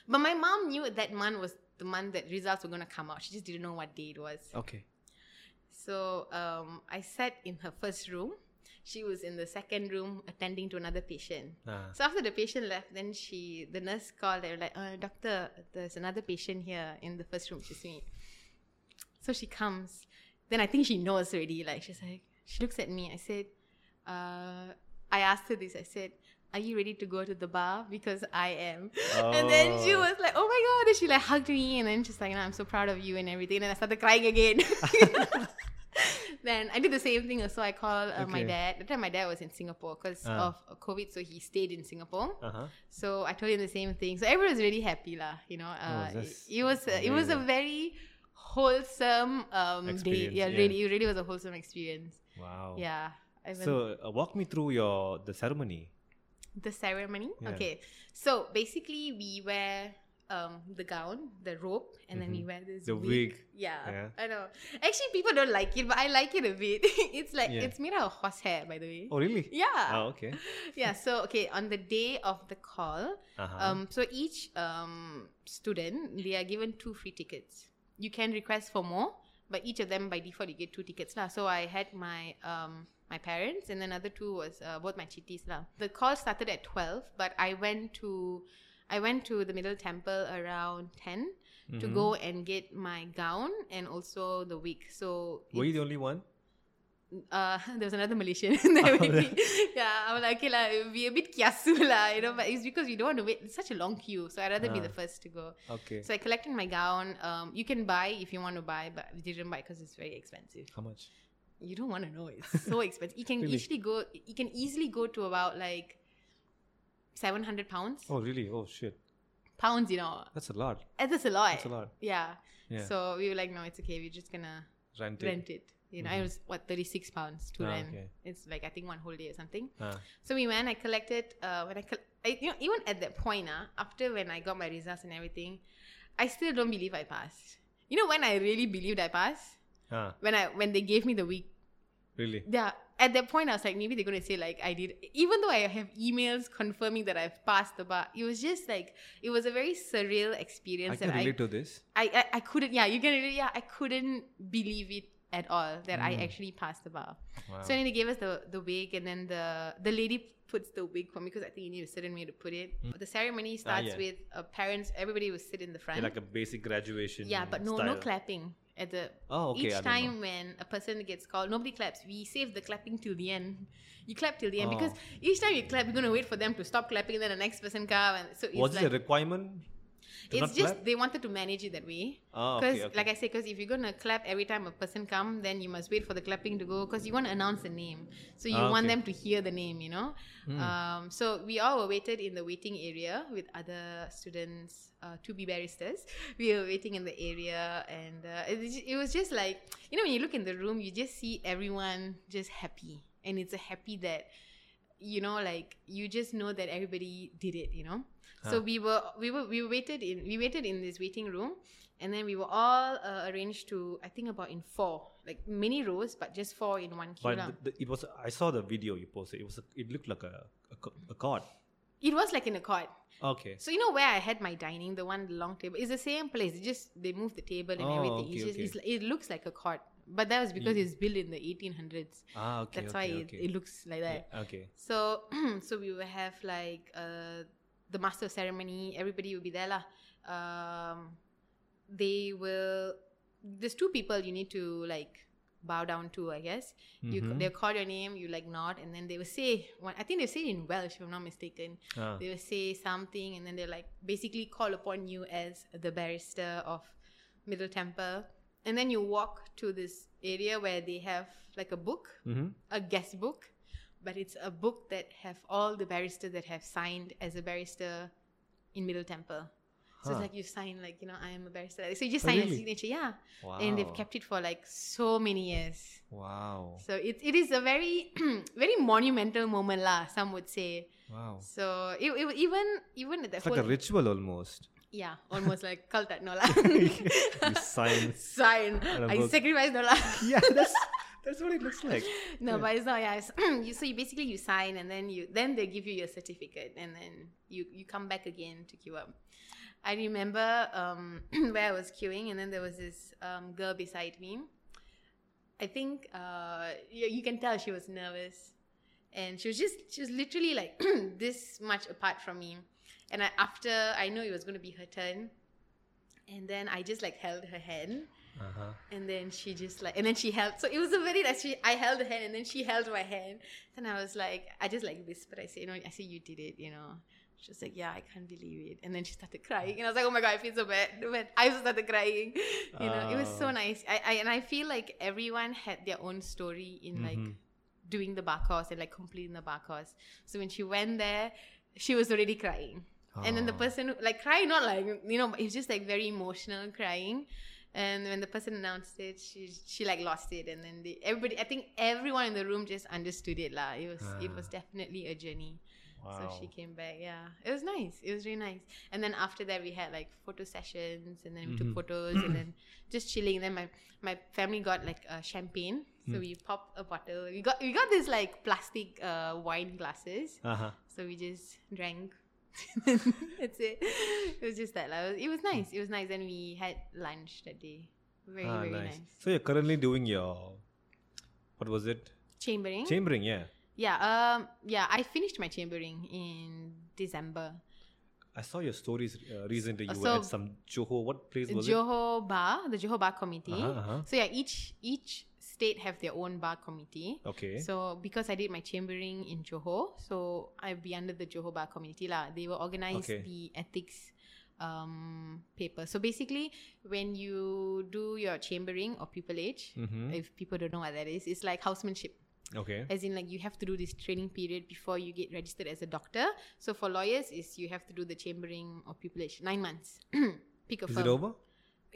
But my mom knew that month was the month that results were going to come out. She just didn't know what day it was.
Okay.
So um, I sat in her first room. She was in the second room attending to another patient.
Ah.
So after the patient left, then she, the nurse called. They were like, uh, "Doctor, there's another patient here in the first room. She's me." So she comes. Then I think she knows already. Like she's like, she looks at me. I said, uh, I asked her this. I said, "Are you ready to go to the bar? Because I am." And then she
Oh.
was like, "Oh my god!" And she like hugged me, and then she's like, "No, "I'm so proud of you and everything." And I started crying again. then I did the same thing. So I called uh, my
Okay.
dad. At the time, my dad was in Singapore because
Ah.
of uh, COVID, so he stayed in Singapore.
Uh-huh.
So I told him the same thing. So everyone was really happy, lah. You know, uh, it,
Oh, that's
it was a, it was a very wholesome um, day.
Experience,
Yeah,
yeah.
really, it really was a wholesome experience.
Wow.
Yeah. I went-
So uh, walk me through your the ceremony.
the ceremony.
Yeah.
Okay. So basically, we wear um, the gown, the robe, and then we
Mhm.
wear this
The
wig.
wig.
Yeah,
Yeah.
I know. Actually, people don't like it, but I like it a bit. it's like
Yeah.
it's made out of horse hair, by the way.
Oh, really?
Yeah.
Oh, okay.
Yeah. So okay, on the day of the call,
Uh-huh.
um, so each um, student they are given two free tickets. You can request for more, but each of them by default you get two tickets lah. So I had my um, my parents and another two was uh, both my chitties lah. The call started at twelve, but I went to I went to the middle temple around 10 to
Mhm.
go and get my gown and also the wig. So
Were
it-
you the only one?
uh, there was another Malaysian there
Oh,
with me. Yeah, I was like, okay, la, be a bit kiasu lah, you know, but it's because we don't want to wait. It's such a long queue, so I'd rather be
Ah.
the first to go.
Okay.
So I collected my gown. Um, you can buy if you want to buy, but we didn't buy because it's very expensive.
How much?
You don't want to know. It's so expensive. You can
Really?
easily go. You can easily go to about like seven hundred pounds.
Oh, really? Oh, shit.
Pounds, you know,
That's a lot.
And that's a lot.
That's a lot.
Yeah.
Yeah.
So we were like, no, it's okay. We're just gonna
Rent it. Mm-hmm.
rent it. You know, it was what thirty six pounds to
Ah,
rent.
okay.
It's like I think one whole day or something.
Ah.
So we went. I collected. Uh, when I, col- I, you know, even at that point, uh, after when I got my results and everything, I still don't believe I passed. You know, when I really believed I passed,
Ah.
when I when they gave me the week,
Really?
yeah. At that point, I was like, maybe they're gonna say like I did. Even though I have emails confirming that I've passed the bar, it was just like it was a very surreal
I
experience
can
that I,
relate to this.
I, I I couldn't. Yeah, you can really. Yeah, I couldn't believe it at all that I
Mm.
actually passed the bar.
Wow.
So then they gave us the the wig, and then the the lady puts the wig for me because I think you need a certain way to put it. The ceremony starts
Hmm. Ah, yeah.
with uh, parents. Everybody will sit in the front.
Yeah, like a basic graduation.
yeah, but no no
style.
clapping at the.
Oh, okay. I
Each
don't know.
time when a person gets called, nobody claps. We save the clapping till the end. You clap till the end because
Oh.
each time you clap, you're gonna wait for them to stop clapping, and then the next person comes. And so it's
Was
like,
it a requirement? to
it's
not
just
clap?
they wanted to manage it that way.
Oh,
Because,
okay, okay.
like I said, because if you're gonna clap every time a person come, then you must wait for the clapping to go. Because you want to announce the name, so you
Ah,
want
okay.
them to hear the name, you know.
Hmm.
Um, so we all were waited in the waiting area with other students uh, to be barristers. We were waiting in the area, and uh, it, was- it was just like you know when you look in the room, you just see everyone just happy, and it's a happy that you know like you just know that everybody did it you know so
Huh.
we were we were we waited in we waited in this waiting room and then we were all uh, arranged to i think about in four like many rows but just four in one queue
But
lah.
the, the, it was. I saw the video you posted. It was. A, it looked like a a, co- a card.
it was like in a court
Okay.
so you know where i had my dining the one the long table it's the same place it's just they moved the table and
Oh,
everything it's
okay,
just
okay.
it's, it looks like a court but that was because
Ye-
it's built in the 1800s
Ah, okay.
that's
okay,
why
okay.
It, it looks like that
Yeah, okay.
So so we will have like uh, the master of ceremony. Everybody will be there lah. Um, they will. There's two people you need to like bow down to. I guess you
Mhm.
they'll call your name. You like nod, and then they will say one. I think they say it in Welsh, if I'm not mistaken.
Ah.
They will say something, and then they will like basically call upon you as the barrister of Middle Temple, and then you walk to this area where they have like a book
Mhm.
a guest book, but it's a book that have all the barristers that have signed as a barrister in Middle Temple. So
Huh.
it's like you sign like you know I am a barrister. So you just
Oh,
sign
really? Oh.
a signature, yeah.
Wow.
And they've kept it for like so many years.
Wow.
So it, it is a very very monumental moment lah. Some would say.
Wow.
So it, it even even at the
It's like a
whole-
ritual almost.
yeah almost like cult at Nola.
You sign.
Sign.
And a
I
book.
sacrifice Nola.
yeah, that's that's what it looks like.
No,
Yeah.
but it's not. Yeah, it's you, so you basically you sign and then you then they give you your certificate and then you you come back again to queue up. I remember um, where I was queuing and then there was this um, girl beside me. I think uh, you, you can tell she was nervous, and she was just she was literally like this much apart from me. And I, after I knew it was going to be her turn, and then I just like held her hand
Uh-huh.
and then she just like, and then she held. So it was a very that she. I held her hand, and then she held my hand. Then I was like, I just like whispered. I said, you know, I said you did it. You know. She was like, yeah, I can't believe it. And then she started crying, and I was like, oh my god, I feel so bad. But I also started crying. You know, it was so
Oh.
nice. I, I and I feel like everyone had their own story in like
Mhm.
doing the bar course and like completing the bar course. So when she went there, she was already crying. And then the
Oh.
person who- like crying, not like you know, it's just like very emotional crying. And when the person announced it, she she like lost it, and then they, everybody, I think everyone in the room just understood it lah. It was it was definitely a journey.
Ah. Wow.
So she came back. Yeah, it was nice. It was really nice. And then after that, we had like photo sessions, and then we took
Mhm.
photos, and then just chilling. Then my my family got like uh, champagne, so
Hmm.
we popped a bottle. We got we got this like plastic uh, wine glasses,
Uh-huh.
so we just drank. That's it. It was just that. Like, it was
Hmm.
nice. It was nice. And we had lunch that day. Very
ah,
very
nice.
nice.
So you're currently doing your what was it?
Chambering.
Chambering, yeah.
yeah. Um. Yeah. I finished my chambering in December.
I saw your stories uh, recently. You
Uh,
were at
so-
some Johor. What place was it?
Johor Bar, the Johor Bar Committee.
Uh-huh, uh-huh.
So yeah, each each state have their own bar committee.
Okay.
So because I did my chambering in Johor, so I'd be under the Johor Bar Committee lah. They will organize
Okay.
the ethics um, paper. So basically, when you do your chambering or pupillage,
Mhm.
if people don't know what that is, it's like housemanship.
okay.
As in, like you have to do this training period before you get registered as a doctor. So for lawyers, is you have to do the chambering or pupillage nine months. Pick a
Is
firm.
it over?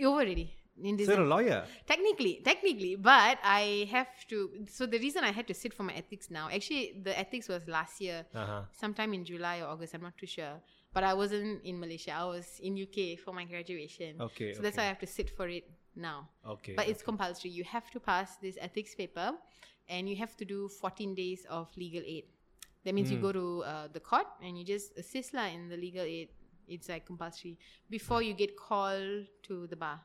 Over already. In
So you're
December.
a lawyer.
Technically, technically, but I have to. So the reason I had to sit for my ethics now, actually, the ethics was last year,
Uh-huh.
sometime in July or August. I'm not too sure. But I wasn't in Malaysia. I was in UK for my graduation.
Okay.
so that's why I
okay.
have to sit for it now.
Okay.
But it's compulsory. You have to pass this ethics paper, and you have to do 14 days of legal aid. That means you
Mm.
go to uh, the court and you just assist lah in the legal aid.
Hmm.
It's like compulsory before you get called to the bar.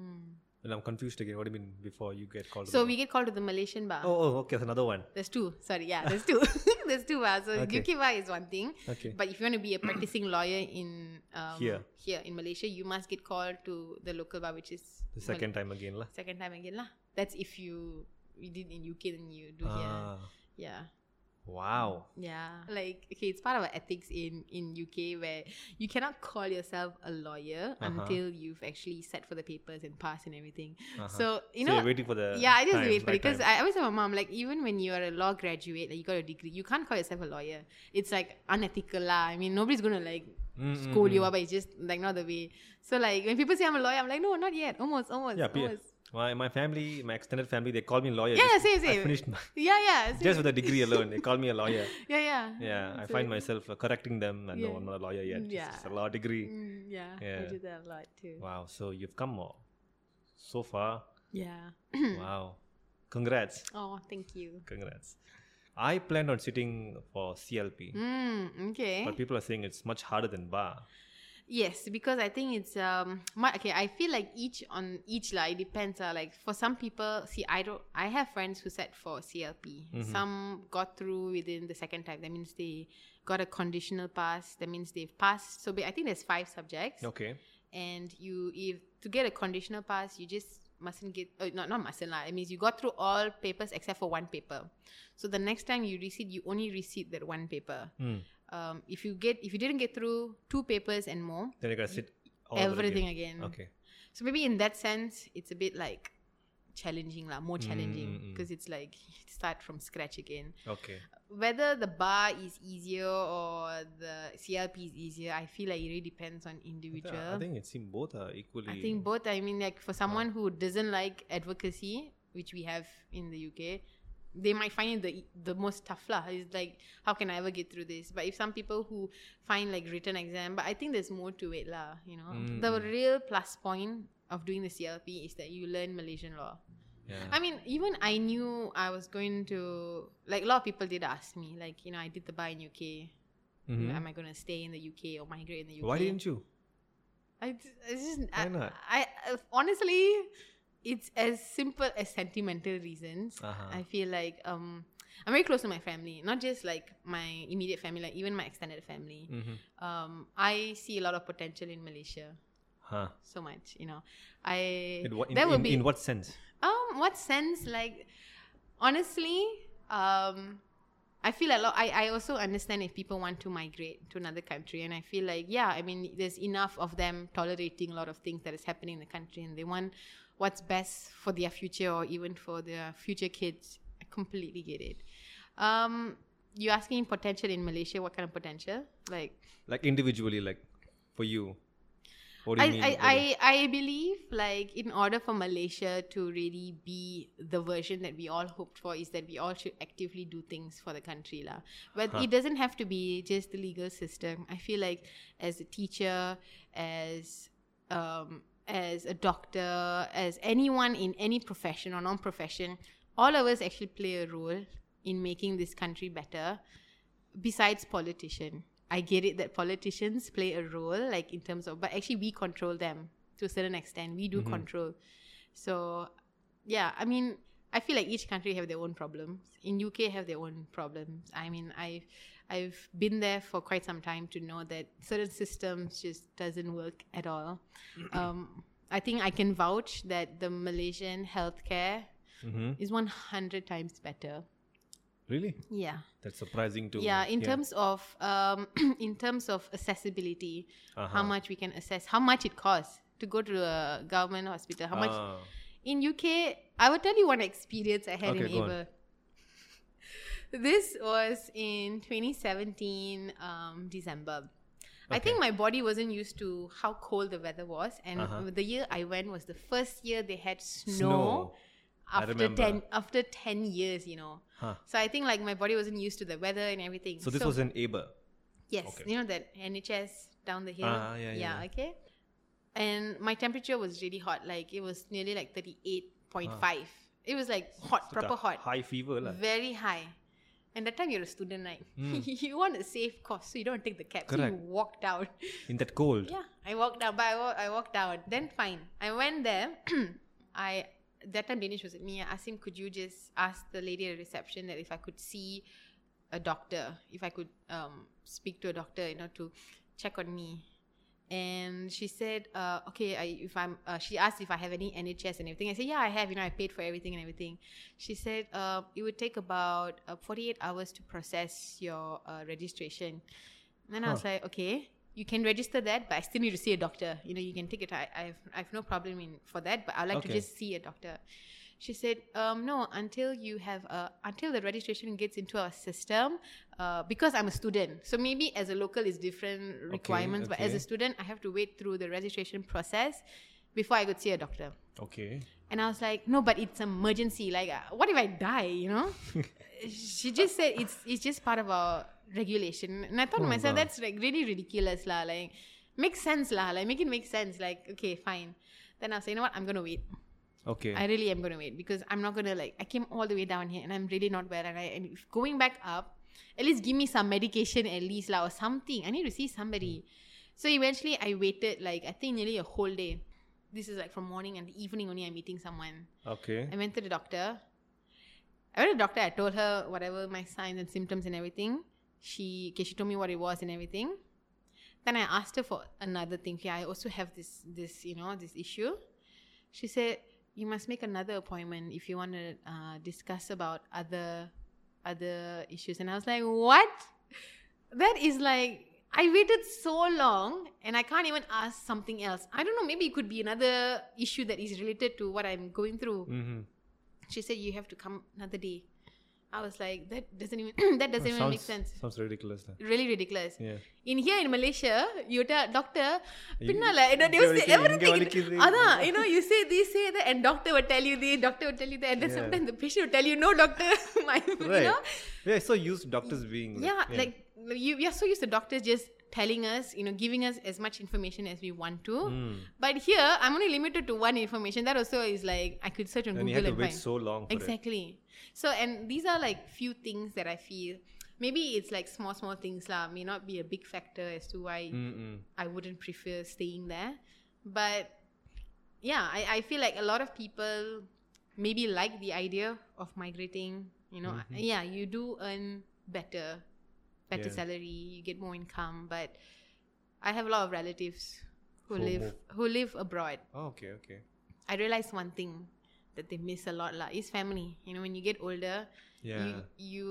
Mm.
And I'm confused again. What do you mean before you get called? to the
So
bar?
we get called to the Malaysian bar.
Oh, oh, okay, that's another one.
There's two. Sorry, yeah, there's two. there's two bars. So
Okay.
UK bar is one thing,
Okay.
but if you want to be a practicing lawyer in um,
Here.
in Malaysia, you must get called to the local bar, which is
The
Mal-
second time again, lah.
second time again lah. That's if you you did in UK, then you do here.
Ah,
Yeah.
wow.
Yeah. Like, okay, it's part of our ethics in, in UK where you cannot call yourself a lawyer
Uh-huh.
until you've actually sat for the papers and passed and everything.
Uh-huh.
So, you
so
know,
you're waiting for the
yeah, I just
time,
wait for
right
it because
time.
I always tell my mom, like, even when you're a law graduate, like, you got a degree, you can't call yourself a lawyer. It's like unethical. lah. I mean, nobody's going to like
Mm, mm,
scold you
mm.
up, but it's just like not the way. So, like, when people say I'm a lawyer, I'm like, no, not yet. Almost, almost.
Yeah, peer.
almost.
My, my family, my extended family, they call me lawyer.
Yeah,
just,
same,
I
same.
finished my,
Yeah, yeah. it's
just with a degree alone. They call me a lawyer.
yeah, yeah.
Yeah, I
So-
find myself uh, correcting them. And no,
Yeah.
I'm not a lawyer yet.
Yeah.
It's just a law degree.
Mm, yeah, I
Yeah.
do that a lot too.
Wow. So you've come uh, so far.
Yeah.
wow. Congrats.
Oh, thank you.
Congrats. I planned on sitting for CLP,
Mm, okay.
but people are saying it's much harder than bar.
Yes, because I think it's um my, okay. I feel like each on each lah. It depends. Uh, like for some people, see, I don't. I have friends who sat for CLP.
Mhm.
Some got through within the second time. That means they got a conditional pass. That means they've passed. So ba- I think there's five subjects.
Okay.
and you if to get a conditional pass you just mustn't get uh, not not mustn't lah. it means you got through all papers except for one paper so the next time you receive you only receive that one paper
Mm.
um, if you get if you didn't get through two papers and more
Then I gotta sit all over
everything
again.
again.
Okay.
so maybe in that sense it's a bit like challenging lah, more
Mm, mm,
challenging
mm.
because it's like start from scratch again
Okay.
whether the bar is easier or the clp is easier i feel like it really depends on individual
I think it seems both are equally.
I think both. I mean, like for someone who doesn't like advocacy, which we have in the UK, they might find it the the most tough lah. It's like how can I ever get through this? But if some people who find like written exam, but I think there's more to it lah. You know,
Mm,
the
mm.
real plus point of doing the CLP is that you learn Malaysian law.
Yeah.
I mean, even I knew I was going to like a lot of people did ask me like you know I did the bar in UK.
Mhm.
Am I going to stay in the UK or migrate in the UK?
Why didn't you?
I, d- it's just I,
Why not?
I, I- honestly, it's as simple as sentimental reasons.
Uh-huh.
I feel like um, I'm very close to my family, not just like my immediate family, like even my extended family.
Mhm.
Um, I see a lot of potential in Malaysia.
Huh.
So much, you know. I
In, what- in,
that would
in-
be
in what sense?
um, what sense? Like, honestly, um, I feel a lot. I, I also understand if people want to migrate to another country, and I feel like yeah, I mean, there's enough of them tolerating a lot of things that is happening in the country, and they want what's best for their future or even for their future kids. I completely get it. Um, you asking potential in Malaysia? What kind of potential? Like,
Like individually, like for you. What do
I,
you mean?
I,
What do you-
I, I believe like in order for Malaysia to really be the version that we all hoped for is that we all should actively do things for the country lah. But
Huh.
it doesn't have to be just the legal system. I feel like as a teacher, as um, as a doctor, as anyone in any profession or non-profession, all of us actually play a role in making this country better besides politician i get it that politicians play a role like in terms of but actually we control them to a certain extent we do
Mhm.
control so yeah i mean i feel like each country have their own problems in uk have their own problems i mean i've i've been there for quite some time to know that certain systems just doesn't work at all um, i think i can vouch that the malaysian healthcare
Mhm.
is 100 times better
Really?
yeah
That's surprising to
yeah in terms of um, in terms of accessibility how
Uh-huh.
much we can assess how much it costs to go to a government hospital how much
Ah.
in uk i will tell you one experience i had in
Okay, go on.
ava this was in 2017 um, december I think my body wasn't used to how cold the weather was, and
Uh-huh.
the year I went was the first year they had snow,
Snow. I
after
remember.
ten after ten years, you know.
Huh.
So I think like my body wasn't used to the weather and everything.
So this was an ABA.
Yes,
Okay.
you know that NHS down the hill.
Ah, yeah, yeah, yeah.
okay. And my temperature was really hot. Like it was nearly like thirty-eight point five.
Ah.
It was like hot, proper hot,
High fever. lah.
very high. And that time you're a student, right?
Mm.
you want to save cost, so you don't take the cab. So you
Correct.
walk down.
In that cold.
Yeah, I walked down, but I, wa- I walked down. Then fine, I went there. I that time Danish was with me. I asked him, could you just ask the lady at the reception that if I could see a doctor, if I could um, speak to a doctor, you know, to check on me. And she said, uh, okay, I, if I'm, uh, she asked if I have any NHS and everything. I said, yeah, I have, you know, I paid for everything and everything. She said, uh, it would take about uh, 48 hours to process your uh, registration. And then I was like, okay, you can register that, but I still need to see a doctor. You know, you can take it. I, I, have, I have no problem in for that, but I'd like to
Okay.
just see a doctor. She said, um, no, until you have, uh, until the registration gets into our system, uh, because I'm a student. So maybe as a local is different requirements, but as a
okay.
student, I have to wait through the registration process before I could see a doctor.
Okay.
And I was like, no, but it's emergency. Like, uh, what if I die? You know? she just said it's it's just part of our regulation. And I thought to
Oh,
myself,
wow.
that's like really ridiculous, lah. Like, makes sense, lah. Like, make it make sense. Like, okay, fine. Then I was like, you know what? I'm gonna wait.
Okay.
I really am gonna wait because I'm not gonna like. I came all the way down here and I'm really not well. And I and if going back up, at least give me some medication at least, lah, or something. I need to see somebody. So eventually, I waited like I think nearly a whole day. This is like from morning and evening only. I'm meeting someone.
okay.
I went to the doctor. I went to the doctor. I told her whatever my signs and symptoms and everything. She, okay, she told me what it was and everything. Then I asked her for another thing. Okay, I also have this, this, you know, this issue. She said you must make another appointment if you want to uh, discuss about other, other issues. And I was like, what? That is like. I waited so long and I can't even ask something else. I don't know, maybe it could be another issue that is related to what I'm going through
mm-hmm.
she said you have to come another day i was like that doesn't even that doesn't even make sense
Sounds ridiculous. Then.
really ridiculous
Yeah.
in here in malaysia you tell doctor
You-
pinnala you know they will say
இங்க
everything
வலிக்குது.
அதான், you know you say this say that and doctor will tell you this doctor will tell you that and then
Yeah.
sometimes the patient will tell you no doctor my you
Right.
know
Yeah, it's so used to doctors being.
yeah, like you, you're so used to doctors just telling us, you know, giving us as much information as we want to.
Mm.
But here, I'm only limited to one information. That also is like I could search on
and you
Google
have to
and
wait
find.
so long. For it.
exactly. So, and these are like few things that I feel. Maybe it's like small, small things lah. May not be a big factor as to why
Mm-mm.
I wouldn't prefer staying there. But yeah, I, I feel like a lot of people maybe like the idea of migrating. You know,
Mhm.
yeah, you do earn better, better
Yeah.
salary, you get more income. But I have a lot of relatives who
Who
live
move.
who live abroad.
Oh, okay, okay.
I realized one thing that they miss a lot lah is family. You know, when you get older,
Yeah.
you, you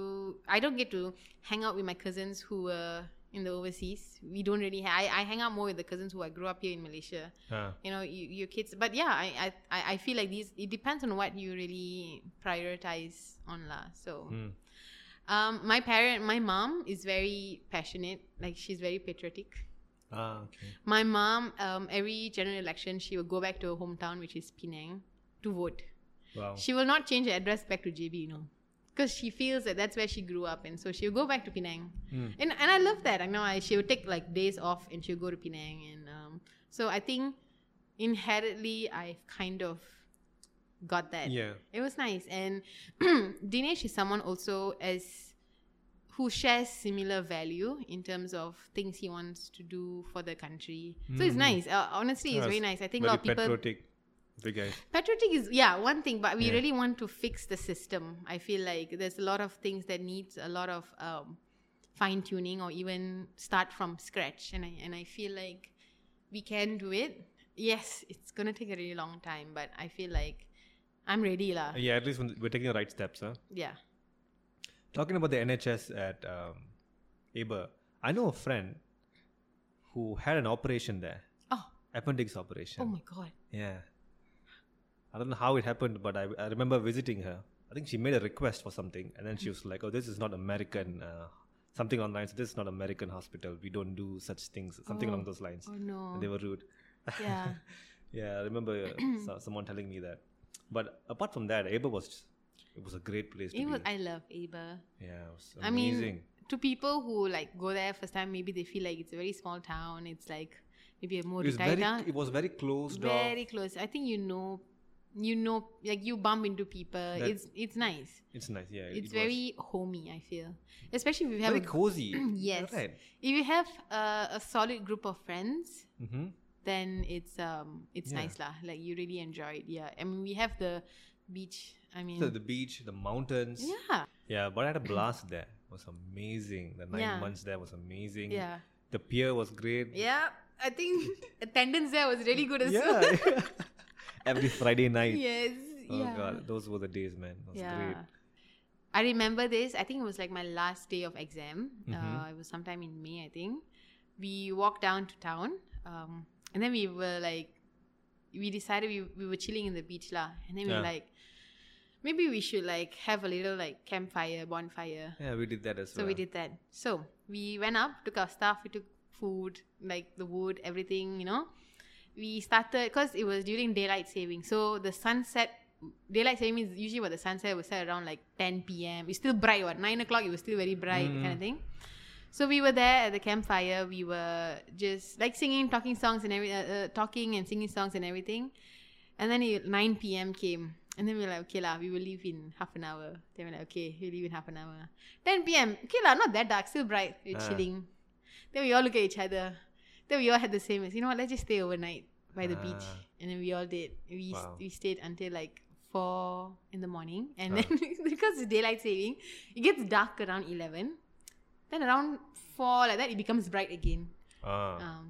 I don't get to hang out with my cousins who were in the overseas. We don't really. Ha- I I hang out more with the cousins who I grew up here in Malaysia.
Ah,
You know, you, your kids. But yeah, I, I- I I feel like these. It depends on what you really prioritize on lah. So.
mm.
Um, my parent, my mom is very passionate. Like she's very patriotic.
ah, okay.
My mom, um, every general election, she will go back to her hometown, which is Penang, to vote.
Wow.
She will not change her address back to JB, you know, because she feels that that's where she grew up, and so she'll go back to Penang.
Mm.
And and I love that. I know I, she will take like days off and she'll go to Penang, and um, so I think inherently I kind of got that.
Yeah.
It was nice, and Dinesh is someone also as who shares similar value in terms of things he wants to do for the country. So it's
Mhm.
nice. Uh, honestly, it's
Yes.
very nice. I think a
Very
lot of people
patriotic. Big guys.
patriotic is yeah one thing but we
Yeah.
really want to fix the system i feel like there's a lot of things that needs a lot of um, fine tuning or even start from scratch and i and i feel like we can do it yes it's going to take a really long time but i feel like i'm ready la.
Yeah, at least when we're taking the right steps. Huh?
yeah
Talking about the NHS at um, Aber, I know a friend who had an operation there,
oh
appendix operation.
oh my god
Yeah. I don't know how it happened, but I, I remember visiting her. I think she made a request for something, and then she
Mm-hmm.
was like, "Oh, this is not American." Uh, something online. So this is not American hospital. We don't do such things. Something
Oh.
along those lines.
oh
And they
no
were rude.
yeah
Yeah, I remember uh, so- someone telling me that. But apart from that, Aber was it was a great place to
it
be.
was i love aber
yeah, it was
I mean,
amazing.
to people who like go there first time maybe they feel like it's a very small town it's like maybe a more
it was
retired
very
town.
it was very closed off.
very close i think you know you know like you bump into people it's it's nice
It's nice. Yeah, it
it's
was
very homey i feel especially if you have
very
a,
cozy.
yes
Right.
if you have uh, a solid group of friends
Mm-hmm.
then it's um it's
Yeah.
nice lah. Like you really enjoy it. Yeah. I mean we have the beach. I mean
So the beach, the mountains.
yeah,
Yeah, but I had a blast there. It was amazing. The nine
Yeah.
months there was amazing.
yeah,
The pier was great.
yeah. I think attendance there was really good as well.
Yeah. Every Friday night.
yes.
Oh
yeah.
god, those were the days, man. That was great.
I remember this. I think it was like my last day of exam. Uh,
Mhm.
it was sometime in May, I think. We walked down to town, um, and then we were like, we decided we, we were chilling in the beach lah, and then we were
Yeah.
like, maybe we should like have a little like campfire bonfire.
Yeah, we did that as
So
well.
we did that. So we went up, took our stuff, we took food, like the wood, everything, you know. We started because it was during daylight saving. So the sunset, daylight saving is usually what the sunset was set around like 10 p.m. It's still bright, what? 9 o'clock, it was still very bright,
Mm.
kind of thing. So we were there at the campfire. We were just like singing, talking songs, and every uh, uh, talking and singing songs and everything. And then it, 9 p.m. came. And then we were like, okay, lah, we will leave in half an hour. Then we were like, okay, we leave in half an hour. 10 p.m. Okay, lah, not that dark, still bright. We're
Ah.
chilling. Then we all look at each other. Then we all had the same as, you know what, let's just stay overnight by the beach.
Ah.
And then we all did. We, s
Wow.
we stayed until like 4 in the morning. And
Ah.
then because it's daylight saving, it gets dark around 11. Then around 4, like that, it becomes bright again.
Ah.
Um,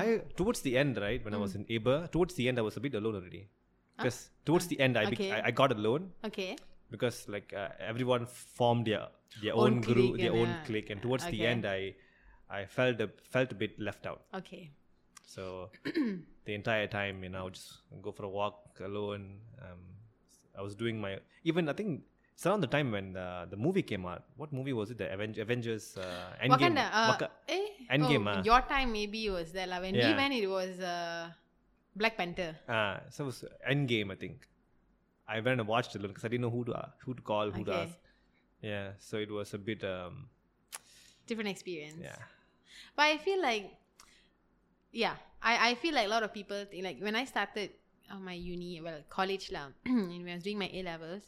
I towards the end, right, when I
Mm.
was in ABA, towards the end I was a bit alone already. Because towards the end I, bec-
Ah. Okay.
I I got alone
okay.
because like uh, everyone formed their their
Own
own, group,
clique
their
and,
own
uh,
clique, and towards the
okay.
end I I felt a, felt a bit left out.
Okay.
So the entire time, you know, I would just go for a walk alone. Um, I was doing my even I think it's around the time when the, the movie came out. What movie was it? The Aven- Avengers uh, Endgame.
Wakanda, uh,
Waka-
eh?
Endgame,
oh,
ah.
Your time maybe it was there. lah. When we
Yeah.
went, it was uh, Black Panther.
Ah, so it was Endgame, I think. I went and watched it because I didn't know who to a- who to call, who to
Okay.
ask. Yeah, so it was a bit um
Different experience.
yeah.
But I feel like, yeah, I, I feel like a lot of people think, like when I started uh, my uni, well, college lah, and when I was doing my A levels,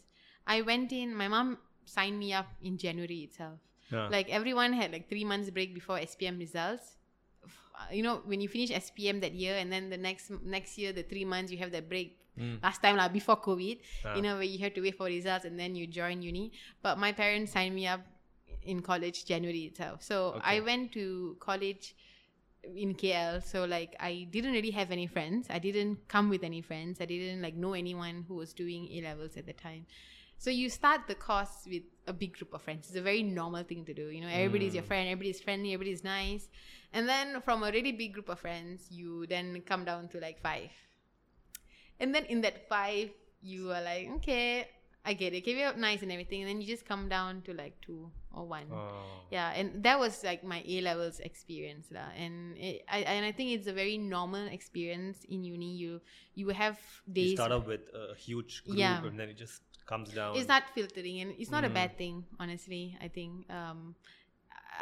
I went in. My mom signed me up in January itself.
Ah,
Like everyone had like three months break before SPM results. F- uh, You know, when you finish SPM that year, and then the next next year, the three months you have that break.
mm,
Last time, like before COVID,
ah.
uh, you know where you have to wait for results and then you join uni but my parents signed me up in college january itself so i
Okay.
went to college in kl so like i didn't really have any friends i didn't come with any friends i didn't like know anyone who was doing a levels at the time so you start the course with a big group of friends it's a very normal thing to do you know everybody's your
Mm.
friend everybody's friendly everybody's nice and then from a really big group of friends you then come down to like five and then in that five, you are like, okay, I get it. Give it up nice and everything. And then you just come down to like two or one.
Oh.
Yeah. And that was like my A levels experience. lah. And it, I, and I think it's a very normal experience in uni. You, you have days.
You start off with a huge group
Yeah.
and then it just comes down.
It's not filtering, and it's not a
Mm.
bad thing, honestly. I think. Um,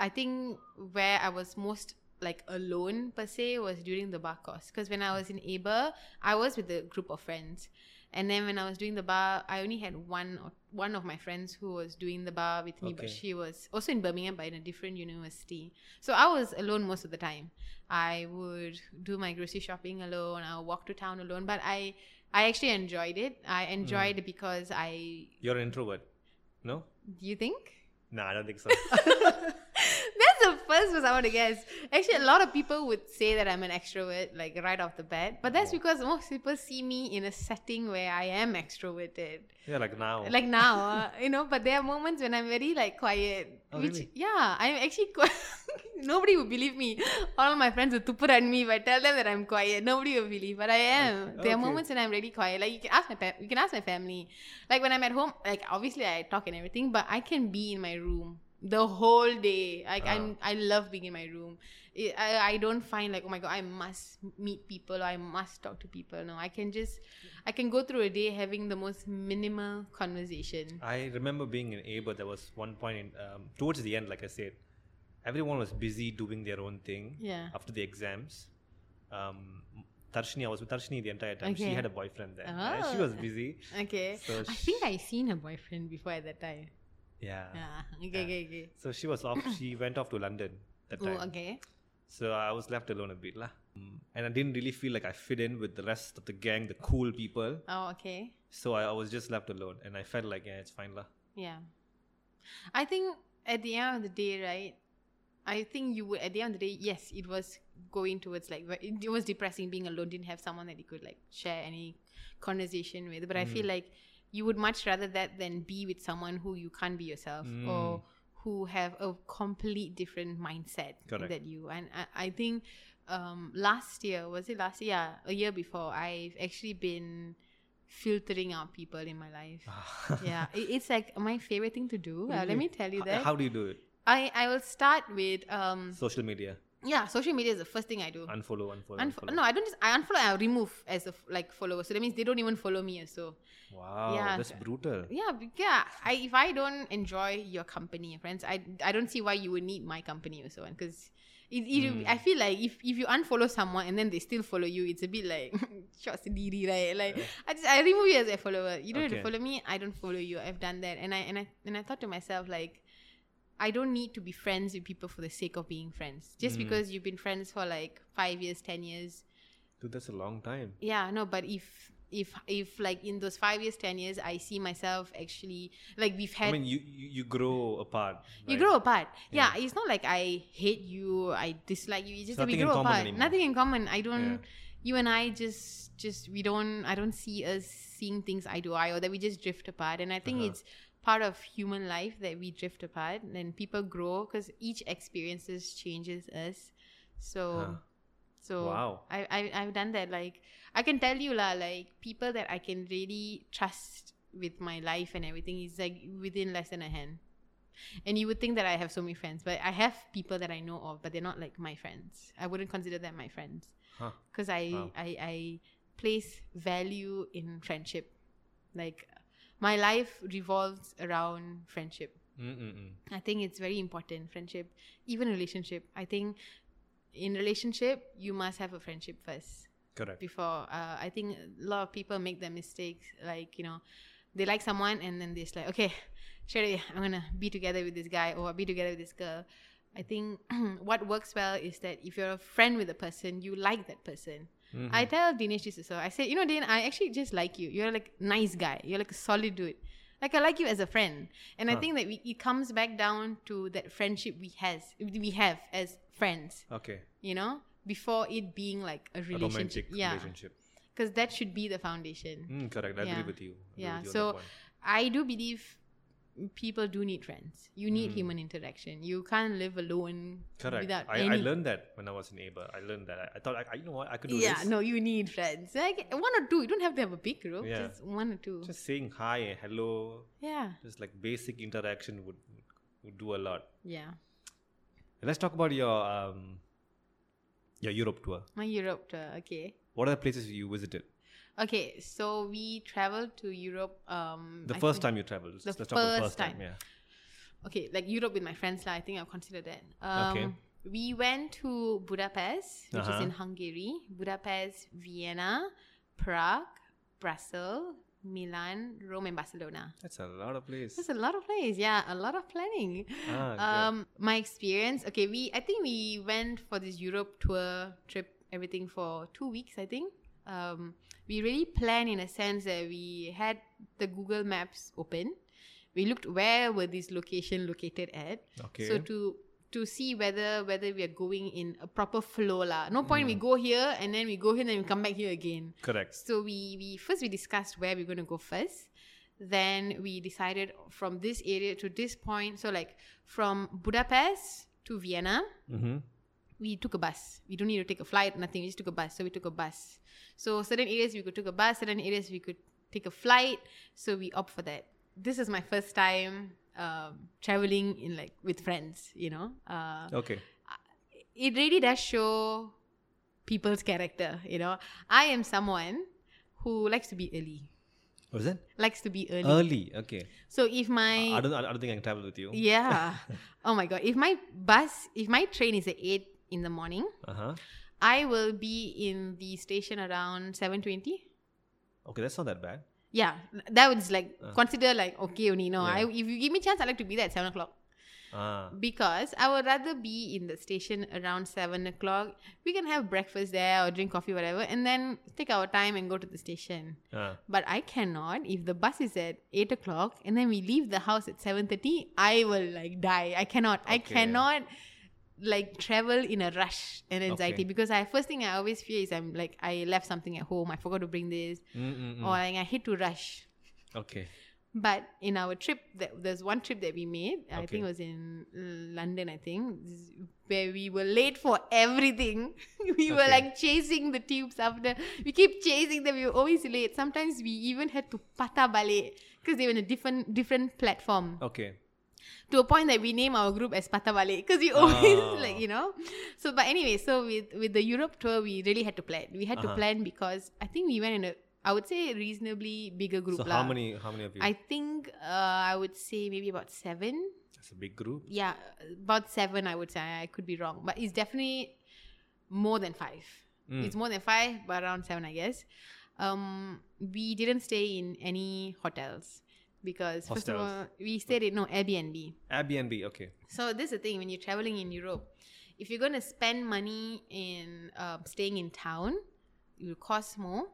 I think where I was most like alone per se was during the bar course because when I was in ABA, I was with a group of friends, and then when I was doing the bar, I only had one or one of my friends who was doing the bar with me, but
Okay.
she was also in Birmingham but in a different university. So I was alone most of the time. I would do my grocery shopping alone. I would walk to town alone, but I. I actually enjoyed it. I
Mm.
enjoyed because I
You're an introvert. No?
do you think?
No, I don't think so.
That's the first was I want to guess. Actually, a lot of people would say that I'm an extrovert, like right off the bat. But that's
Oh.
because most people see me in a setting where I am extroverted.
yeah, like now.
Like now, uh, you know. But there are moments when I'm very like quiet.
Oh,
which
really?
yeah, I'm actually qui- nobody would believe me. All my friends would tupper at me if I tell them that I'm quiet. Nobody would believe, but I am.
Okay.
There are
Okay.
moments when I'm really quiet. Like you can ask my pa- you can ask my family. Like when I'm at home, like obviously I talk and everything, but I can be in my room the whole day. Like I'm, I love being in my room. I, I- I don't find like oh my god I must meet people or I must talk to people. No, I can just I can go through a day having the most minimal conversation.
I remember being in ABA, there was one point in, um, towards the end, like I said, everyone was busy doing their own thing
Yeah.
after the exams. Um, Tarshini, I was with Tarshini the entire time.
Okay.
She had a boyfriend then. right? She
Oh.
was busy.
Okay.
So
I
sh-
think I seen her boyfriend before at that time.
Yeah.
Yeah. Okay.
Yeah.
Okay. Okay.
So she was off. she went off to London that time.
Oh, okay.
So I was left alone a bit lah. Um, and I didn't really feel like I fit in with the rest of the gang, the cool people.
Oh, okay.
So I, I was just left alone, and I felt like yeah, it's fine lah.
Yeah. I think at the end of the day, right? I think you would, at the end of the day, yes, it was going towards like, where- it, it was depressing being alone, didn't have someone that you could like share any conversation with. But I feel like you would much rather that than be with someone who you can't be yourself
Mm.
or who have a complete different mindset
Correct.
that you. And I, I think um, last year, was it last year? Yeah, a year before, I've actually been filtering out people in my life.
Ah,
yeah, it, it's like my favorite thing to do. Uh, let me tell you
How-
that.
How do you do it?
I, I will start with um
Social media,
yeah social media is the first thing I do.
unfollow, unfollow,
Unf-
unfollow.
no, I don't. Just, I unfollow. I remove as a f- like follower. So that means they don't even follow me. uh, So
Wow,
Yeah.
that's brutal.
yeah, be- yeah. I if I don't enjoy your company, friends, I I don't see why you would need my company or so on. Because it, it I feel like if, if you unfollow someone and then they still follow you, it's a bit like short sendiri, right? Like I just I remove you as a follower. You don't have to
Okay.
follow me. I don't follow you. I've done that, and I and I and I thought to myself like. I don't need to be friends with people for the sake of being friends. Just because you've been friends for like five years, ten years,
Dude, that's a long time.
yeah no but if if if like in those five years ten years i see myself actually like we've had
I mean, you you, you grow apart.
you
right?
grow apart yeah. it's not like i hate you i dislike you it's just that we
nothing in
grow
common
apart
anymore.
nothing in common i don't
Yeah.
you and i just just we don't i don't see us seeing things eye to eye or that we just drift apart and i think
Uh-huh.
it's part of human life that we drift apart and people grow because each experiences changes us so
Huh.
so
Wow.
I, I I've done that. Like I can tell you lah, like people that I can really trust with my life and everything is like within less than a hand. And you would think that I have so many friends, but I have people that I know of, but they're not like my friends. I wouldn't consider them my friends
Huh.
because I,
Wow.
I I place value in friendship. Like my life revolves around friendship.
Mm-mm-mm.
I think it's very important. Friendship, even relationship. I think in relationship you must have a friendship first
Correct.
before. Uh, I think a lot of people make the mistakes. Like you know, they like someone and then they're just like, okay, sure, yeah, I'm gonna be together with this guy or I'll be together with this girl. I think what works well is that if you're a friend with a person, you like that person.
Mm-hmm.
I tell Dinesh this also. I said, you know, Din, I actually just like you. You're like nice guy. You're like a solid dude. Like I like you as a friend, and I
Huh.
think that we, it comes back down to that friendship we has we have as friends.
Okay.
You know, before it being like a
A
relationship.
romantic
yeah,
relationship.
because that should be the foundation.
Mm, correct. I
Yeah.
agree with you. I agree
Yeah,
with you on
so-
that one.
I do believe people do need friends. You need human interaction. You can't live alone
Mm-hmm. correct.
without
I,
any.
I learned that when I was in ABA. I learned that. I, I thought, I, I, you know what, I could do
yeah,
this.
no, you need friends. Like one or two. You don't have to have a big group.
Yeah.
Just one or two.
Just saying hi and hello,
yeah.
just like basic interaction would would do a lot.
Yeah.
Let's talk about your um, your Europe tour.
My Europe tour, okay.
What are the places you visited?
Okay, so we traveled to Europe. Um,
The
I
first
think-
time you traveled.
the
Let's talk about
first
first time.
time.
Yeah.
Okay, like Europe with my friends, lah. I think I'll consider that. Um,
Okay.
We went to Budapest, which is
Uh-huh.
in Hungary. Budapest, Vienna, Prague, Brussels, Milan, Rome, and Barcelona.
That's a lot of places.
That's a lot of plays. Yeah, a lot of planning.
Ah, good.
um, my experience. Okay, we I think we went for this Europe tour trip, everything for two weeks. I think. Um, we really planned in a sense that we had the Google Maps open. We looked where were these location located at.
Okay.
So to to see whether whether we are going in a proper flow lah. No point we
Hmm.
go here and then we go here and then we come back here again.
Correct.
So we, we first we discussed where we're going to go first. Then we decided from this area to this point. So like from Budapest to Vienna,
Mm-hmm.
we took a bus. We don't need to take a flight, nothing. We just took a bus. So we took a bus. So certain areas we could take a bus, certain areas we could take a flight. So we opt for that. This is my first time um, traveling in like with friends. You know, uh,
Okay.
it really does show people's character. You know, I am someone who likes to be early,
What was that?
likes to be early.
Early. Okay.
so if my
I don't. I don't think I can travel with you.
yeah, oh my god, if my bus, if my train is at eight in the morning,
Uh huh.
I will be in the station around seven twenty.
Okay, that's not that bad. Uh.
Yeah, that was like consider like okay only. No, I, if you give me chance, I like to be there at seven o'clock.
Ah.
because I would rather be in the station around seven o'clock. We can have breakfast there or drink coffee, whatever, and then take our time and go to the station.
Ah.
But I cannot if the bus is at eight o'clock and then we leave the house at seven thirty. I will like die. I cannot. I
Okay.
cannot like travel in a rush and anxiety
Okay.
because I first thing I always fear is I'm like I left something at home. I forgot to bring this,
Mm, mm, mm.
or like, I hate to rush.
Okay.
But in our trip, that, there's one trip that we made. I think
Okay.
it was in London. I think this is where we were late for everything. we were
Okay.
like chasing the tubes after. We keep chasing them. We were always late. Sometimes we even had to pata balik because they were in a different different platform.
Okay.
To a point that we name our group as pata balik because we always
Ah.
like you know. So but anyway, so with with the Europe tour, we really had to plan. We had to
Uh-huh.
plan because I think we went in a I would say reasonably bigger group.
So
lah.
how many? How many of you?
I think uh, I would say maybe about seven.
That's a big group.
Yeah, about seven, I would say. I could be wrong, but it's definitely more than five.
Mm.
It's more than five, but around seven, I guess. Um, we didn't stay in any hotels because, first of
Hostels.
all, we stayed in no Airbnb.
Airbnb. Okay.
So this is the thing when you're traveling in Europe, if you're gonna spend money in um, staying in town, it will cost more,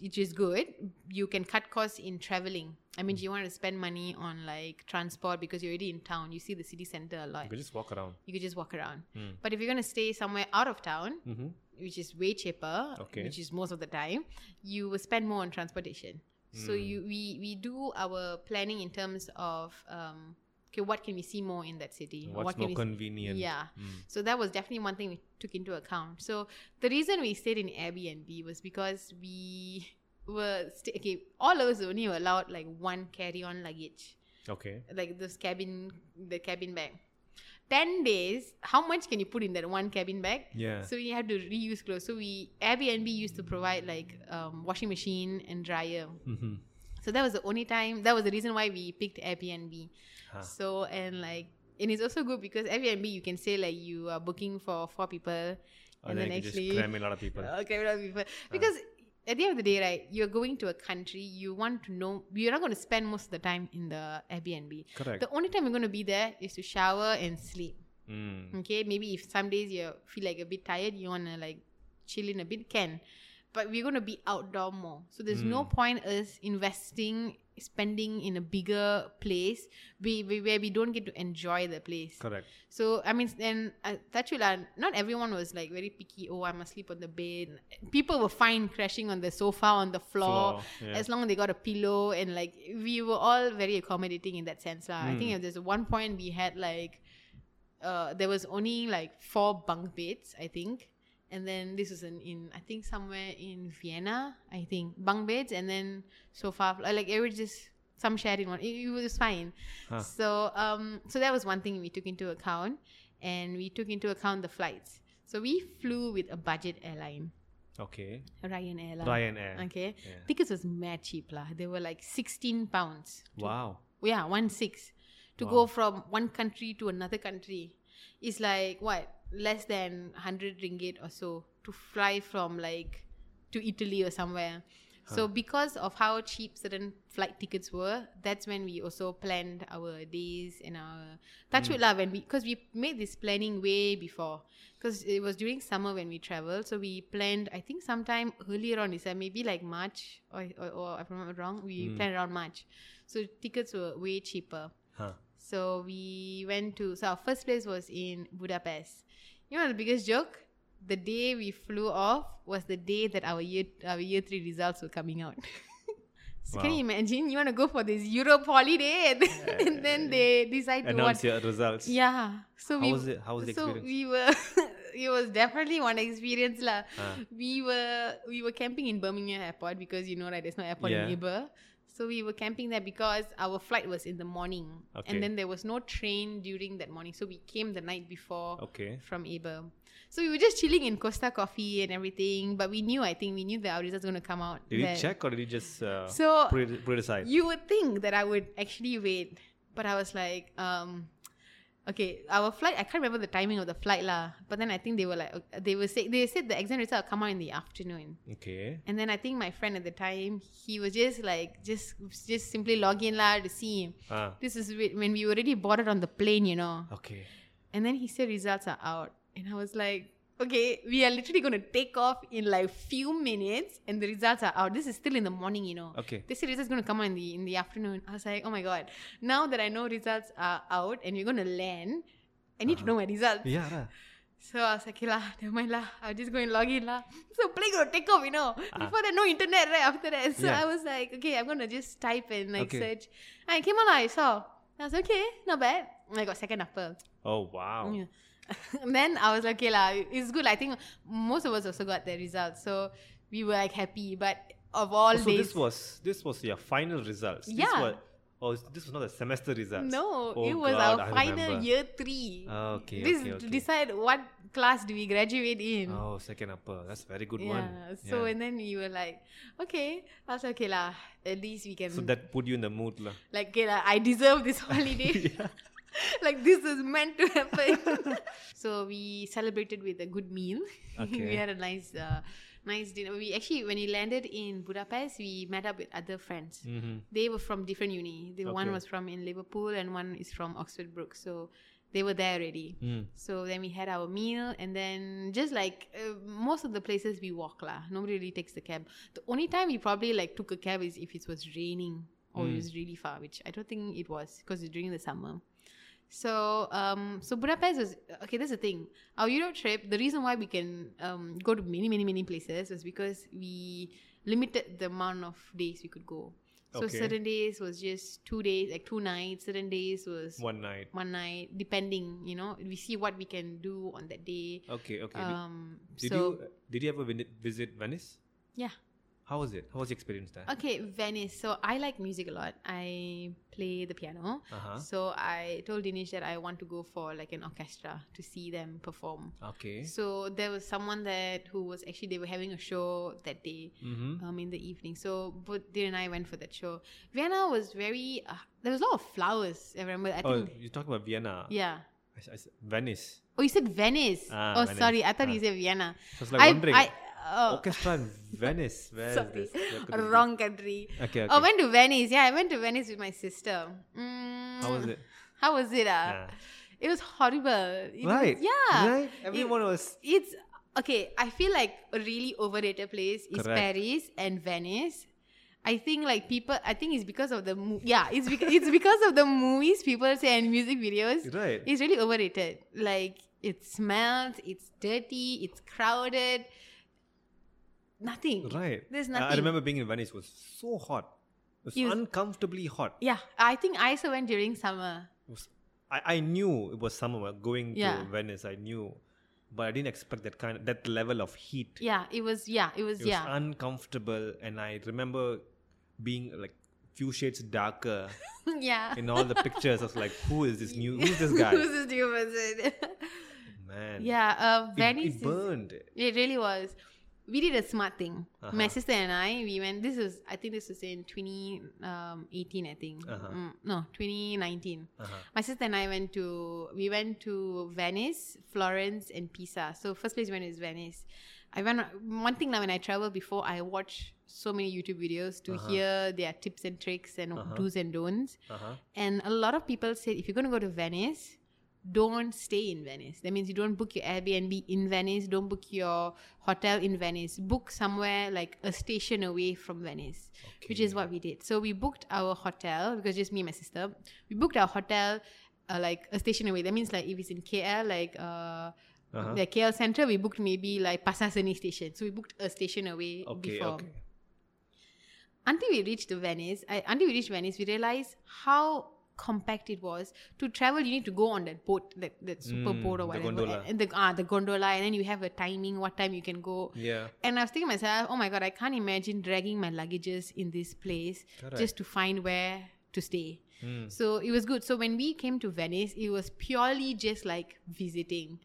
which is good. You can cut costs in traveling. I mean, you want to spend money on like transport because you're already in town. You see the city center a lot.
You can just walk around.
You could just walk around.
Mm.
But if you're gonna stay somewhere out of town,
Mm-hmm.
which is way cheaper,
Okay.
which is most of the time, you will spend more on transportation. So
Mm.
you we we do our planning in terms of um, okay, what can we see more in that city?
What's
what can
more
we see-
convenient?
Yeah.
Mm.
So that was definitely one thing we took into account. So the reason we stayed in Airbnb was because we were sta- okay. All of us only were allowed like one carry-on luggage,
Okay.
like this cabin, the cabin bag. Ten days. How much can you put in that one cabin bag?
Yeah.
So we had to reuse clothes. So we Airbnb used to provide like um, washing machine and dryer.
mm-hmm.
So that was the only time. That was the reason why we picked Airbnb.
Ah.
So and like and it's also good because Airbnb you can say like you are booking for four people
and Oh, then, you can just cram in a lot of people. Ah.
uh, okay, a lot of people because. At the end of the day, right, you're going to a country, you want to know, you're not going to spend most of the time in the Airbnb.
Correct.
The only time you're going to be there is to shower and sleep.
mm.
Okay, maybe if some days you feel like a bit tired, you wanna like chill in a bit, can. But we're gonna be outdoor more. So there's
Mm.
no point us investing, spending in a bigger place we, we, where we don't get to enjoy the place.
Correct.
So I mean, and uh, Tachula, not everyone was like very picky. Oh, I must sleep on the bed. People were fine crashing on the sofa, on the floor,
Floor, yeah.
as long as they got a pillow. And like we were all very accommodating in that sense, lah. I think
Hmm.
if there's one point we had like, uh, there was only like four bunk beds, I think. And then this was in, in I think somewhere in Vienna, I think bunk beds, and then sofa. Like it was just some shared in one. It, it was fine.
Huh.
So um so that was one thing we took into account and we took into account the flights. So we flew with a budget airline,
Okay.
Ryanair. lah.
Ryanair.
Okay.
Yeah.
Tickets was mad cheap lah. They were like 16 pounds.
Wow.
Yeah, one six. To go
Wow.
from one country to another country is like what? Less than 100 ringgit or so to fly from like to Italy or somewhere. So because of how cheap certain flight tickets were, that's when we also planned our days and our touch wood lah when we because we made this planning way before because it was during summer when we traveled. So we planned I think sometime earlier on is maybe like March or, or, or if I'm not wrong we planned around March. So tickets were way cheaper.
Huh.
So we went to so our first place was in Budapest. You know the biggest joke? The day we flew off was the day that our year our year three results were coming out. so can
Wow.
you imagine? You want to go for this Europe holiday and, and then they decide to
Announce
what?
your results.
Yeah. So
How
we
was it? How was the
so
experience?
we were. it was definitely one experience lah.
Ah.
We were we were camping in Birmingham Airport because you know right there's no airport in
Yeah.
Iber. So we were camping there because our flight was in the morning,
Okay.
and then there was no train during that morning. So we came the night before
Okay.
from Iber. So we were just chilling in Costa Coffee and everything. But we knew, I think, we knew that our results were gonna come out.
Did you
then.
check or did you just uh,
So
put, it, put it aside?
you would think that I would actually wait, but I was like, um, Okay, our flight. I can't remember the timing of the flight lah. But then I think they were like, okay, they were say they said the exam results will come out in the afternoon.
Okay.
And then I think my friend at the time, he was just like, just just simply log in lah to see.
Ah.
This is whe- when we already boarded on the plane, you know.
Okay.
And then he said results are out, and I was like, okay, we are literally gonna take off in like few minutes, and the results are out. This is still in the morning, you know.
Okay.
This series is going to come out in the in the afternoon. I was like, oh my god! Now that I know results are out and you're going to land, I need to know my results.
Yeah. lah.
So I was like, okay lah, never mind lah. I'll just go and log in lah. So plane going to take off, you know. Before that, no internet right after that. So
Ah. Yeah.
I was like, okay, I'm going to just type and like
Okay.
search. And I came on, I saw. I was okay, not bad. And I got second upper.
Oh wow.
Yeah. and then I was like, okay, la, it's good. I think most of us also got the results. So we were like happy. But of all
Oh, so
days.
this was this was your final results. This
Yeah.
was, oh, is- this was not a semester results.
No,
Oh,
it was
God,
our
I
final
remember.
year three.
Ah, okay,
This
okay,
is to
okay.
decide what class do we graduate in.
Oh, second upper. That's a very good
yeah.
one.
So
Yeah.
and then we were like, okay, I was like, okay lah. At least we can
so that put you in the mood, lah.
like, okay lah. I deserve this holiday.
yeah.
like this is meant to happen. so we celebrated with a good meal. we
Okay.
had a nice, uh, nice dinner. We actually when we landed in Budapest, we met up with other friends
Mm-hmm.
they were from different uni. The one
Okay.
was from in Liverpool and one is from Oxford Brook. So they were there already.
Mm.
So then we had our meal and then just like uh, most of the places we walk lah. Nobody really takes the cab. The only time we probably like took a cab is if it was raining or it
Mm.
was really far, which I don't think it was because it's during the summer. So, um, so Budapest was okay. That's the thing. Our Europe trip. The reason why we can um, go to many, many, many places was because we limited the amount of days we could go. So
Okay.
certain days was just two days, like two nights. Certain days was one,
One night.
night, depending. You know, we see what we can do on that day.
Okay. Okay. Did-
Um,
did
so
you did you ever vin- visit Venice?
yeah.
How was it? How was your experience there?
Okay, Venice. So I like music a lot. I play the piano.
Uh-huh.
So I told Dinesh that I want to go for like an orchestra to see them perform.
Okay.
So there was someone that who was actually they were having a show that day
Mm-hmm.
um, in the evening. So both Dean and I went for that show. Vienna was very uh, there was a lot of flowers. I remember. I
oh,
think
you're talking about Vienna.
yeah.
I s- I s- Venice.
Oh, you said Venice.
Ah,
oh,
Venice.
sorry, I thought
Ah.
you said Vienna.
I was like wondering.
I, I oh,
orchestra in Venice. Where is
sorry,
this? Where could it be?
wrong country. Oh,
Okay. okay.
I went to Venice. Yeah, I went to Venice with my sister. Mm,
How was it?
How was it? Uh?
Yeah.
It was horrible. It was-
right.
yeah.
Right. Everyone was.
It's okay. I feel like a really overrated place is
Correct.
Paris and Venice. I think like people. I think it's because of the mo- yeah. It's because it's because of the movies people say and music videos.
Right.
It's really overrated. Like it smells. It's dirty. It's crowded. Nothing.
Right.
There's
I- I
nothing.
remember being in Venice it was so hot. It was
It was-
uncomfortably hot.
Yeah, I think I also went during summer.
It was, I, I knew it was summer going
Yeah.
to Venice. I knew, but I didn't expect that kind of, that level of heat.
Yeah, it was. Yeah, it was.
It was
yeah,
uncomfortable, and I remember being like few shades darker
yeah.
in all the pictures. I was like, who is this new? Who's this guy?
Who's this new person?
Man.
yeah, uh,
It,
Venice.
it
is-
burned.
it really was. We did a smart thing. My
Uh-huh.
sister and I, we went. This was, I think, this was in 2018. I think,
Uh-huh.
Mm, no, 2019.
Uh-huh.
My sister and I went to we went to Venice, Florence, and Pisa. So first place we went is Venice. I went one thing now when I travel before I watch so many YouTube videos to
Uh-huh.
hear their tips and tricks and
Uh-huh.
do's and don'ts.
Uh-huh.
And a lot of people said if you're going to go to Venice, don't stay in Venice. That means you don't book your Airbnb in Venice, don't book your hotel in Venice. Book somewhere like a station away from Venice, which is
Okay.
what we did. So we booked our hotel because just me and my sister, we booked our hotel uh, like a station away. That means like if it's in KL, like uh,
Uh-huh.
the KL Central, we booked maybe like Pasasani station. So we booked a station away
Okay.
before
Okay.
until we reached Venice, I, until we reached Venice, we realized how compact it was. To travel, you need to go on that boat, that, that super
Mm,
boat
the
or whatever,
gondola.
and the ah, the gondola, and then you have a timing, what time you can go.
Yeah.
And I was thinking to myself, oh my god, I can't imagine dragging my luggages in this place
Correct.
just to find where to stay.
Mm.
So it was good. So when we came to Venice, it was purely just like visiting,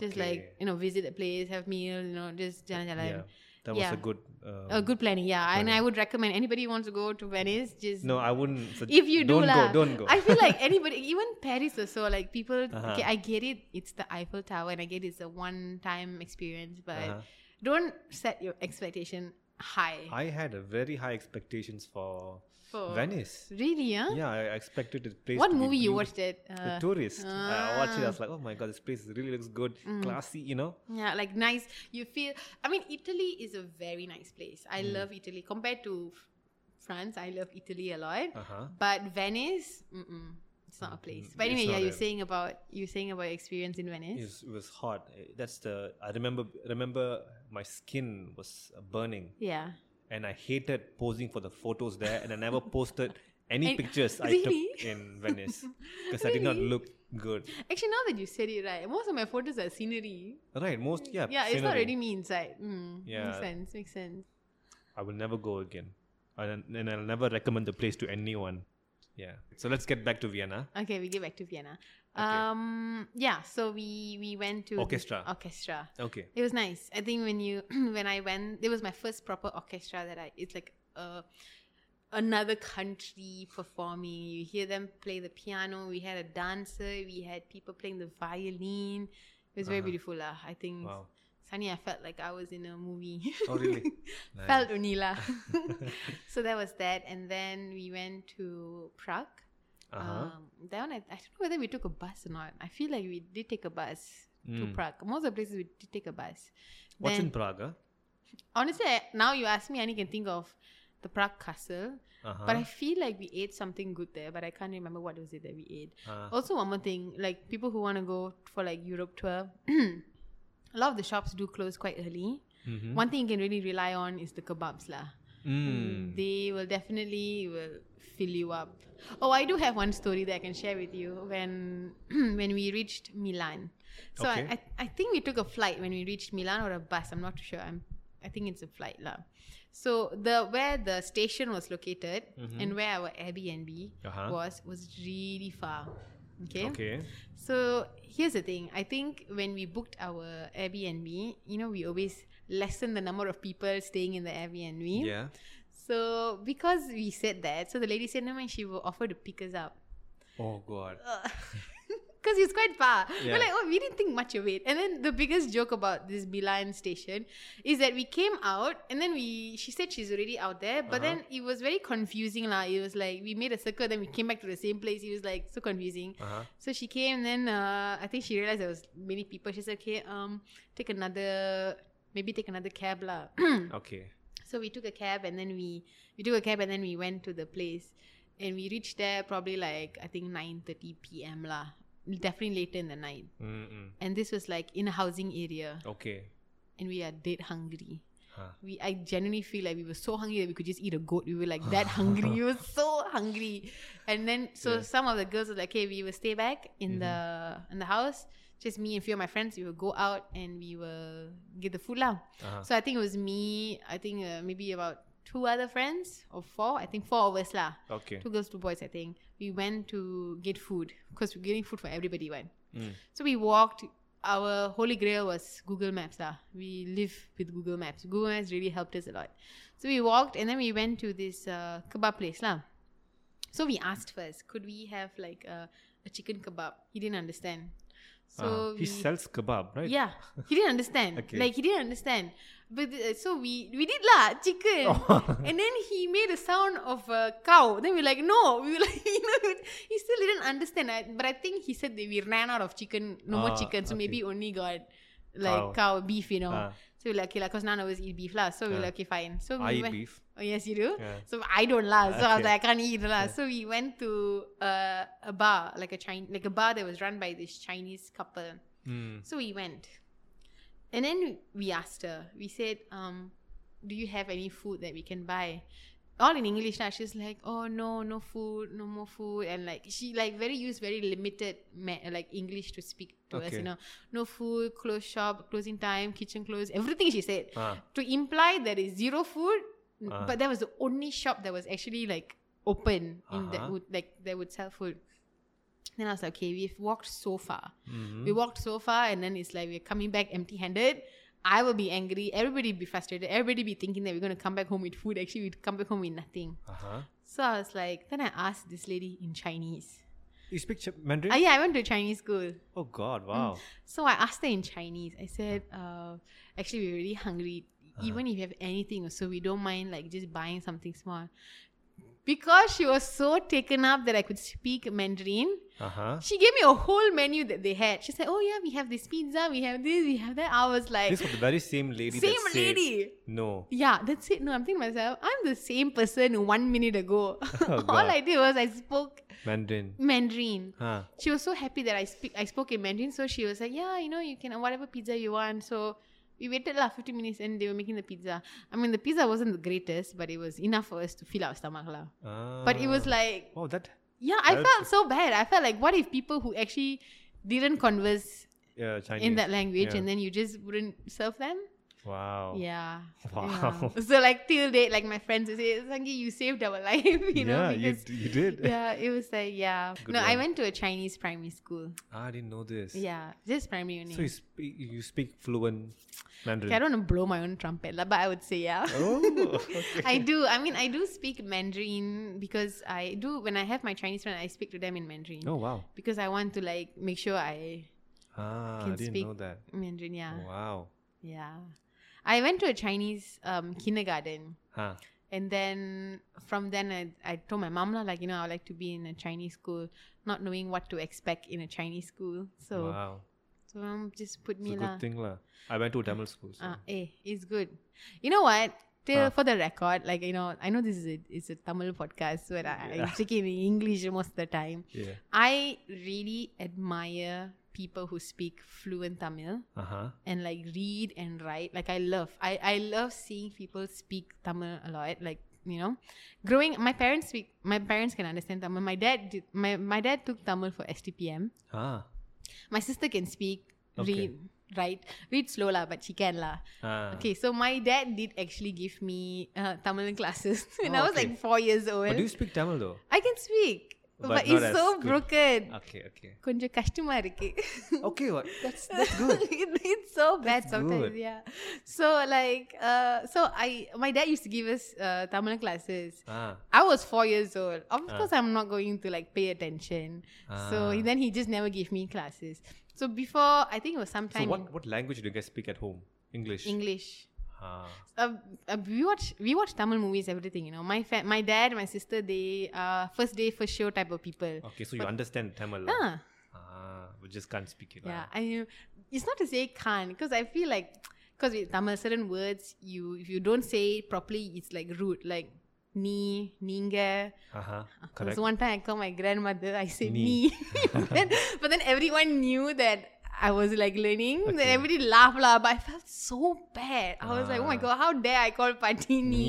just like
Okay.
you know, visit a place, have meal, you know, just jalan jalan.
Yeah. That
Yeah.
was a good. Um,
a good planning, yeah. And I would recommend anybody who wants to go to Venice, just
No, I wouldn't. sug-
if you do
don't
lah,
go, don't go.
I feel like anybody, even Paris or so, like people.
Uh-huh.
Okay, I get it. It's the Eiffel Tower, and I get it's a one-time experience, but
Uh-huh.
don't set your expectation high.
I had a very high expectations for
for
Venice.
Really? Huh?
Yeah, I expected the place.
What
to be
movie you
beautiful.
watched that?
The
Uh,
tourist. I watched it. I
ah.
was like, oh my god, this place really looks good,
Mm.
classy. You know.
yeah, like nice. You feel. I mean, Italy is a very nice place. I
Mm.
love Italy compared to f- France. I love Italy a lot.
Uh huh.
But Venice, mm-mm, it's not a place. But
It's
anyway, yeah,
not
you're
a-
saying about you're saying about your experience in Venice.
It was, it was hot. Eh, That's the. I remember. Remember, my skin was burning,
Yeah.
and I hated posing for the photos there, and I never posted any
And-
pictures I
Really?
took in Venice because I did not
Really?
look good.
Actually, now that you said it, right, most of my photos are scenery.
Right. Most. Yeah.
Yeah, it's not
scenery.
really me inside. Mm, Makes
Yeah.
sense. Makes sense.
I will never go again. And, and I'll never recommend the place to anyone. Yeah. So let's get back to Vienna.
Okay, we get back to Vienna.
Okay.
Um, yeah. So we we went to
Orchestra.
Orchestra.
Okay.
It was nice. I think when you when I went, it was my first proper orchestra that I. It's like a another country performing. You hear them play the piano. We had a dancer. We had people playing the violin. It was very
Uh-huh.
beautiful, lah. I think.
Wow.
Sunny, I felt like I was in a movie.
Oh, really? Nice.
felt Unila. so that was that, and then we went to Prague.
Uh-huh.
Um, that one, I, I don't know whether we took a bus or not. I feel like we did take a bus to
Mm.
Prague. Most of the places we did take a bus.
What's
then-
in Prague? huh?
Honestly, I, now you ask me, I only can think of the Prague Castle.
Uh-huh.
But I feel like we ate something good there, but I can't remember what was it that we ate.
Uh,
Also, one more thing, like people who want to go for like Europe tour, a lot of the shops do close quite early.
mhm.
One thing you can really rely on is the kebabs lah.
Mm.
They will definitely will fill you up. Oh, I do have one story that I can share with you when when we reached Milan. So
Okay.
I, I I think we took a flight when we reached Milan or a bus. I'm not sure. I'm I think it's a flight lah. So the where the station was located and where our Airbnb
Uh-huh.
was was really far. Okay.
Okay.
So here's the thing. I think when we booked our Airbnb, you know, we always lessen the number of people staying in the Airbnb.
Yeah.
So because we said that, so the lady said, no mind, she will offer to pick us up.
Oh God.
Because it's quite far.
Yeah.
We're like, oh, we didn't think much of it. And then the biggest joke about this Milan station is that we came out and then we, she said she's already out there, but
Uh-huh.
then it was very confusing. lah. It was like, we made a circle, then we came back to the same place. It was like so confusing.
Uh-huh.
So she came, then uh, I think she realized there was many people. She said, "Okay, um, take another, maybe take another cab lah."
Okay.
so we took a cab, and then we we took a cab, and then we went to the place, and we reached there probably like I think nine thirty p.m. lah, definitely later in the night.
Mm-mm.
And this was like in a housing area,
Okay. Uh-huh.
and we are dead hungry.
Huh.
We, I genuinely feel like we were so hungry that we could just eat a goat. We were like that hungry. we were so hungry, and then so
Yeah.
some of the girls were like, "Okay, we will stay back in the in the house. Just me and few of my friends. We will go out and we will get the food lah."
Uh-huh.
So I think it was me. I think uh, maybe about two other friends or four. I think four of us lah.
Okay.
Two girls, two boys. I think we went to get food because we're getting food for everybody, right?
Mm.
So we walked. Our holy grail was Google Maps. lah. We live with Google Maps. Google Maps really helped us a lot. So we walked and then we went to this uh, kebab place. lah. So we asked first, could we have like a, a chicken kebab? He didn't understand. So
Uh,
we-
he sells kebab, right?
yeah, he didn't understand.
Okay.
Like he didn't understand. But uh, so we we did lah chicken,
Oh.
and then he made a sound of a cow. Then we were like no, we were like you know he still didn't understand. I, but I think he said that we ran out of chicken, no more
Ah,
chicken. So
okay.
maybe only got like cow,
Cow.
beef, you know.
Ah.
So we were like okay, because none of us eat beef lah. So we were
Ah.
like okay fine. So
I
we
eat
went,
beef.
Oh yes, you do.
Yeah.
So I don't lah. So I was
Okay.
like, I can't eat lah. So we went to uh, a bar, like a Chin- like a bar that was run by this Chinese couple.
Mm.
So we went. And then we asked her, we said, um, Do you have any food that we can buy? All in English now. She's like, Oh, no, no food, no more food. And like, she like very used very limited ma- like English to speak to us,
Okay.
you know, no food, close shop, closing time, kitchen closed, everything she said
Ah.
to imply there is zero food. n-
Ah.
But that was the only shop that was actually like open in that
Uh-huh.
would like that would sell food. Then I was like, okay, we've walked so far.
Mhm.
We walked so far, and then it's like we're coming back empty handed. I will be angry. Everybody be frustrated. Everybody be thinking that we're gonna come back home with food. Actually, we come back home with nothing.
Uh-huh.
So I was like, then I asked this lady in Chinese.
You speak Ch- Mandarin?
Ah, yeah, I Mm. went to Chinese school.
oh God! Wow.
So I asked her in Chinese. I said, uh, actually, we're really hungry. Even if you have anything, so we don't mind like just buying something small. Because she was so taken up that I could speak Mandarin,
Uh huh.
she gave me a whole menu that they had. She said, "Oh yeah, we have this pizza, we have this, we have that." I was like,
This was the very same lady.
"Same
that said,
lady."
No.
Yeah, that's it. No, I'm thinking to myself, I'm the same person one minute ago. All
Oh, God.
I did was I spoke
Mandarin.
Mandarin.
Huh.
She was so happy that I speak I spoke in Mandarin, so she was like, Yeah, you know, you can whatever pizza you want. So we waited lah 50 minutes and they were making the pizza. I mean the pizza wasn't the greatest, but it was enough for us to fill our stomach lah. But it was
Ah.
like
Wow, that
yeah, I
That's-
felt so bad. I felt like what if people who actually didn't converse
yeah, Chinese.
in that language
yeah.
and then you just wouldn't serve them?
Wow.
Yeah.
Wow.
yeah. So like till date, like my friends would say, Sangi, you saved our life, you know,
yeah, you,
because
d- you did.
yeah, it was like yeah.
Good
no, I
one.
went to a Chinese primary school.
Ah, I didn't know this.
Yeah, just primary only.
So you speak you speak fluent Mandarin.
Okay, I don't want to blow my own trumpet, lah, but I would say yeah.
Oh, okay.
I do. I mean, I do speak Mandarin because I do. When I have my Chinese friend, I speak to them in Mandarin
oh wow.
because I want to like make sure I
Ah, I
Can
didn't
speak-
know that.
Mandarin. Yeah,
Wow.
yeah. I went to a Chinese um, kindergarten.
Huh.
And then from then, I, I told my mom, lah, like, you know, I would like to be in a Chinese school, not knowing what to expect in a Chinese school. So,
wow.
so mom just put
It's a
me lah.
good thing lah. I went to Tamil school. So.
Ah, eh, it's good. You know what? Till
Ah.
for the record, like, you know, I know this is a, it's a Tamil podcast where I, I
Yeah.
speak in English most of the time.
yeah.
I really admire people who speak fluent Tamil
Uh huh.
and like read and write. Like I love, I, I love seeing people speak Tamil a lot. Like you know, growing my parents speak, my parents can understand Tamil. My dad did, my my dad took Tamil for STPM.
Ah.
My sister can speak,
Okay.
read, write, read slow lah, but she can lah.
Ah.
Okay, so my dad did actually give me uh, Tamil classes when I
Oh,
was
okay.
like four years old.
But do you speak Tamil though?
I can speak,
But
but,
not
it's
as
so
good.
broken.
Okay. Okay.
கொஞ்சம் கஷ்டமா இருக்கு
Okay. What? That's that's good.
It- it's so bad
That's
sometimes.
good.
Yeah. So like, uh, so I my dad used to give us uh, Tamil classes.
ah.
I was four years old. Of
Ah.
course, I'm not going to like pay attention. So
Ah.
he- then he just never gave me classes. So before, I think it was
So
sometime
what what language do you guys speak at home? English.
in English.
Ah.
Uh, uh, we watch we watch Tamil movies, everything. You know, my fa- my dad, my sister, they uh, first day first show type of people.
Okay. So you understand Tamil. lah.
Ah.
Ah. We just can't speak it. lah.
Yeah, I mean, it's not to say can't because I feel like because with Tamil certain words you if you don't say it properly it's like rude like ni ninga.
Uh huh.
There was
Correct.
one time I called my grandmother I said
Ni.
ni, Then- but then everyone knew that I was like learning. Then
Okay.
everybody laughed lah, but I felt so bad. I was like, oh my
Ah.
god, how dare I call Pati ni?
Ni.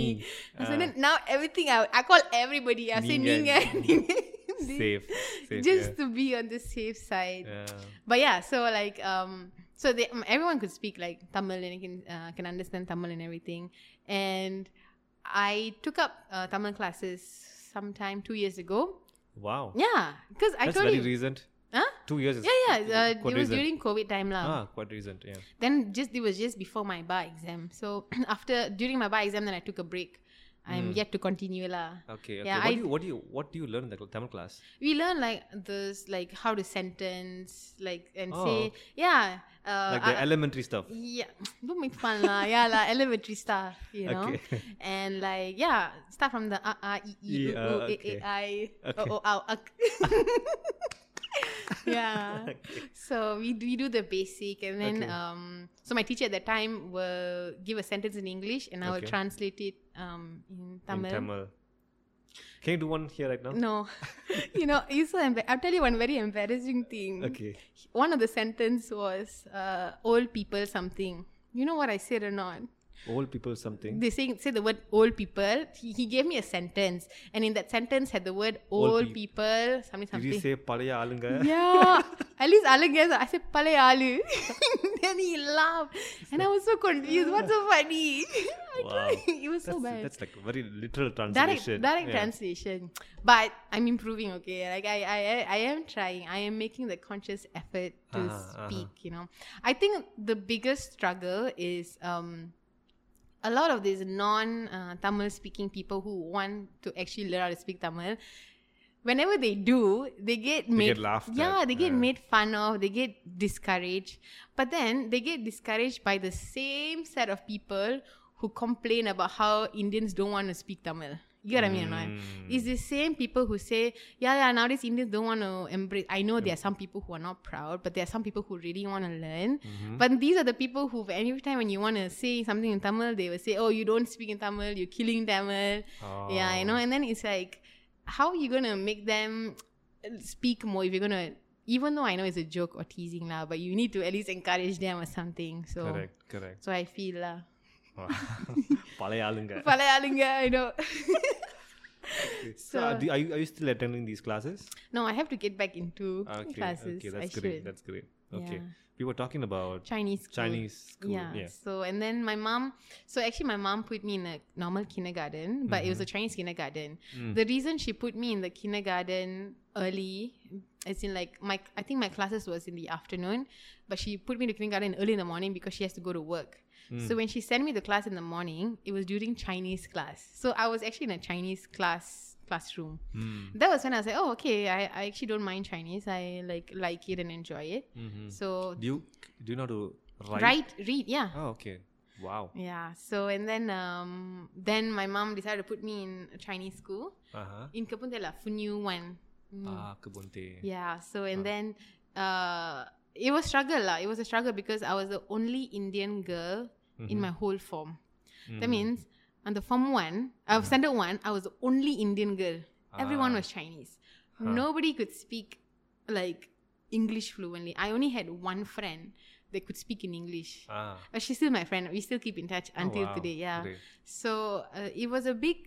So
Ah.
then now everything I I call everybody I say
Ninga.
ninga, ninga.
Safe. Safe.
just to be on the safe side.
yeah. yeah.
But yeah, so like um, so they, um, everyone could speak like Tamil and can uh, can understand Tamil and everything. And I took up uh, Tamil classes sometime two years ago.
Wow.
Yeah, because I
That's
told
very
you.
recent.
Huh?
Two years. is
Yeah, yeah. Uh,
quite
it was
recent.
during COVID time, lah.
Ah, quite recent. Yeah.
Then just it was just before my bar exam. So after during my bar exam, then I took a break.
Hmm.
I'm yet to continue, lah.
Okay. Okay.
Yeah,
what
I-
do you what do you what do you learn in the Tamil class?
We learn like this, like how to sentence, like and
Oh,
say, yeah. Uh,
like the
I-
elementary stuff.
Yeah, don't make fun lah. Yeah lah, elementary stuff, you know.
Okay.
And like yeah, stuff from the a a e e
E,
u
uh,
o a a
okay.
i
Okay.
o o ow ak. Yeah. So we do, we do the basic, and then
Okay.
um, so my teacher at that time will give a sentence in English, and I will
Okay.
translate it um in Tamil.
In Tamil. Can you do one here right now?
No, you know, it's so embar- I'll tell you one very embarrassing thing.
Okay.
One of the sentence was uh, old people something. You know what I said or not?
Old people something.
they say, say the word old people. He, he gave me a sentence, and in that sentence had the word
Old
old,
peop-
people, something,
Did you
something.
say palaya alunga?
yeah, at least Alan gets it. I said, Pale Alu. then he laughed. And I was so confused. What's so funny? I
Wow.
tried. It was so
That's,
bad.
that's like very literal
Direct,
translation.
direct
Yeah.
translation. But I'm improving, okay? Like, I, I, I- I am trying. I am making the conscious effort to
Uh-huh, uh-huh.
speak, you know? I think the biggest struggle is. Um, a lot of these non uh, Tamil speaking people who want to actually learn how to speak Tamil, whenever they do, they get made
get laughed
Yeah,
at,
they get
yeah.
made fun of, they get discouraged. But then they get discouraged by the same set of people who complain about how Indians don't want to speak Tamil. You get what I mean? or not?
Mm.
It's the same people who say, yeah, yeah, nowadays Indians don't want to embrace. I know there are
Mm.
some people who are not proud, but there are some people who really want to learn.
Mm-hmm. Mm.
But these are the people who, every time when you want to say something in Tamil, they will say, oh, you don't speak in Tamil, you're killing Tamil.
Ah.
Yeah, you know,
Oh.
and then it's like, how are you going to make them speak more if you're going to, even though I know it's a joke or teasing now, but you need to at least encourage them or something. So,
Correct, correct.
so I feel lah.
Wow. பழைய ஆளுங்க.
பழைய ஆளுங்க, I know.
So, are, do- are you, are you still attending these classes?
No, I have to get back into
Okay,
classes.
okay, that's
I
great.
should.
That's great. Okay,
Yeah.
we were talking about
Chinese. School.
Chinese school.
Yeah.
Yeah.
So and then my mom. So actually, my mom put me in a normal kindergarten, but it was a Chinese kindergarten.
Mm-hmm. Mm.
The reason she put me in the kindergarten early, as in like my, I think my classes was in the afternoon, but she put me to kindergarten early in the morning because she has to go to work.
Mm.
So when she sent me the class in the morning, it was during Chinese class. So I was actually in a Chinese class classroom.
Mm.
That was when I was like, oh, okay, I, I actually don't mind Chinese. I like like it and enjoy it.
Mhm.
So
Do you do you know how to write?
write, read, yeah.
Oh, okay. Wow.
Yeah. So and then um then my mom decided to put me in a Chinese school
Uh huh.
in Kapundela, Funyu one. Mm.
Ah, Kabunte.
Yeah. So and then uh it was struggle lah. It was a struggle because I was the only Indian girl
Mm-hmm.
in my whole form. That means on the form one,
Mm-hmm.
uh, standard one, I was the only Indian girl. Everyone
Ah.
was Chinese. Nobody could speak like English fluently. I only had one friend that could speak in English.
Ah.
But she's still my friend. We still keep in touch
Oh,
until
wow.
today. Yeah.
Great.
So uh, it was a big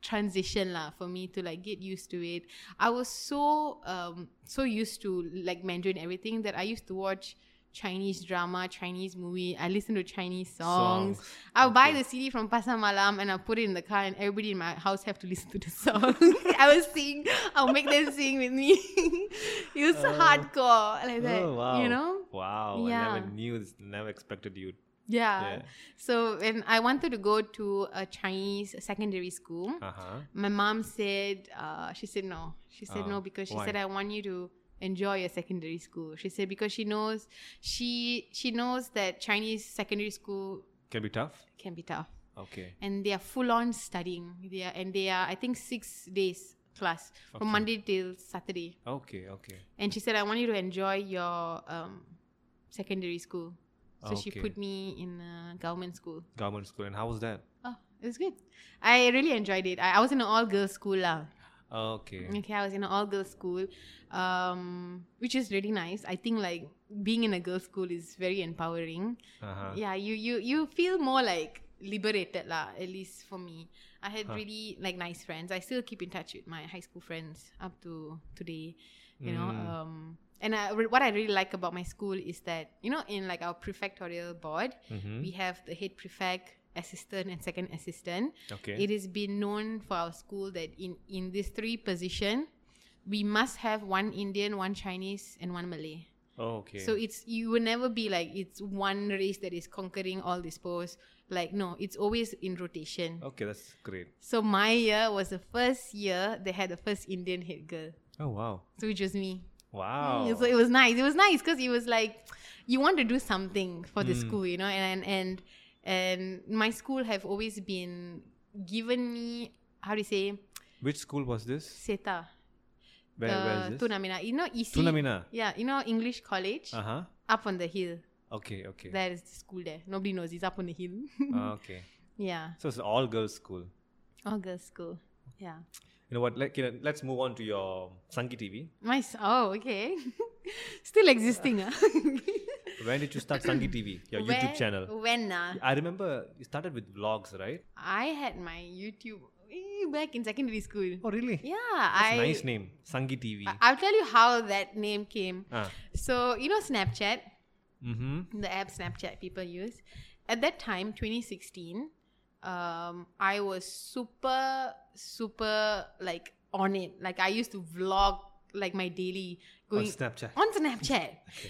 transition lah for me to like get used to it. I was so um so used to like Mandarin everything that I used to watch Chinese drama, Chinese movie. I listen to Chinese songs.
Songs.
I'll buy the CD from Pasar Malam and I'll put it in the car and everybody in my house have to listen to the song. I will sing. I'll make them sing with me. it was hardcore like that.
Oh, wow.
You know?
Wow. I
Yeah. Uh,
never knew. This, never expected you.
Yeah.
Yeah.
So when I wanted to go to a Chinese secondary school,
Uh huh.
my mom said, uh, she said no. She said
Oh,
no because she
why?
said I want you to enjoy your secondary school. She said because she knows she she knows that Chinese secondary school
Can be tough.
can be tough
Okay.
and they are full on studying. They are and they are I think six days class from
Okay.
Monday till Saturday.
Okay. Okay.
And she said, I want you to enjoy your um, secondary school. So she
Okay.
put me in a government school.
Government school. And how was that?
Oh, it was good. I really enjoyed it. I, I was in an all girls school lah.
Okay.
Okay, I was in an all girls school, um, which is really nice. I think like being in a girls school is very empowering.
Uh huh.
Yeah, you you you feel more like liberated lah. At least for me, I had really like nice friends. I still keep in touch with my high school friends up to today. You know,
Mm.
um, and I, what I really like about my school is that you know in like our prefectorial board,
Mm-hmm.
we have the head prefect, assistant, and second assistant.
Okay.
It has been known for our school that in in these three position, we must have one Indian, one Chinese, and one Malay.
okay.
So it's you will never be like it's one race that is conquering all these posts. Like no, it's always in rotation.
okay. That's great.
So my year was the first year they had the first Indian head girl.
Oh wow.
So it was me.
Wow.
So it was nice. It was nice because it was like you want to do something for the
Mm.
school, you know, and and and my school have always been given me how do you say
Which school was this?
SETA. Uh,
Where, where is this?
Tunamina. You know EC
Tunamina.
Yeah, you know English College
Uh huh.
up on the hill.
Okay. Okay.
There is the school there. Nobody knows. It's up on the hill.
Ah, okay.
yeah.
So it's an all girls school.
All girls school. Yeah.
You know what? Let, you know, let's move on to your Sangi TV.
My s- oh, okay. Still existing. ah.
When did you start Sangi TV? Your
When-
YouTube channel.
When? ah?
I remember you started with vlogs, right?
I had my YouTube. you back in secondary school.
Oh, really?
Yeah,
That's
I.
a nice name, Sangi TV.
I- I'll tell you how that name came.
ah.
So you know Snapchat,
Mm-hmm.
the app Snapchat people use. At that time, 2016, um, I was super, super like on it. Like I used to vlog like my daily
On
going
Snapchat.
on Snapchat.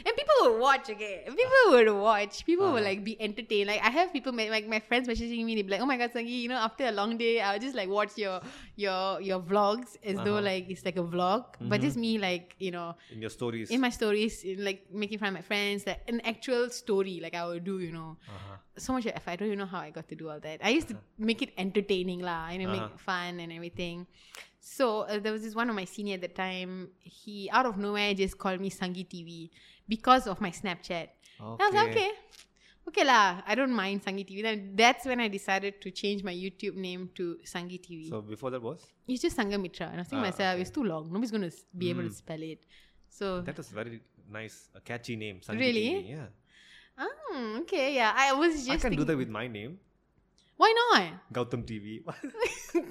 And people would watch, okay? People would watch. People would like be entertained. Like I have people ma- like my friends messaging me, they'd be like, Oh my god, Sangi, you know, after a long day, I'll just like watch your your your vlogs as though
Uh-huh.
like it's like a vlog. But just me like, you know,
In your stories.
in my stories, in, like making fun of my friends, like an actual story like I would do, you know.
uh-huh.
So much effort. I don't even know how I got to do all that. I used to make it entertaining, lah, you know, make
Uh-huh.
it fun and everything. So uh, there was this one of my senior at the time. He out of nowhere just called me Sangi TV because of my Snapchat. I was like, okay, okay lah. I don't mind Sangi TV. Then that's when I decided to change my YouTube name to Sangi TV.
So before that was?
it's just Sangamitra, and I was thinking
Ah,
myself,
okay. Hmm.
it's too long. Nobody's gonna s- be able to spell it. So
That was very nice, a catchy name. Sangi
Really?
TV. Yeah.
Ah, okay, yeah. I was just.
I can do
thinking-
that with my name,
Why not?
Gautam TV.
Can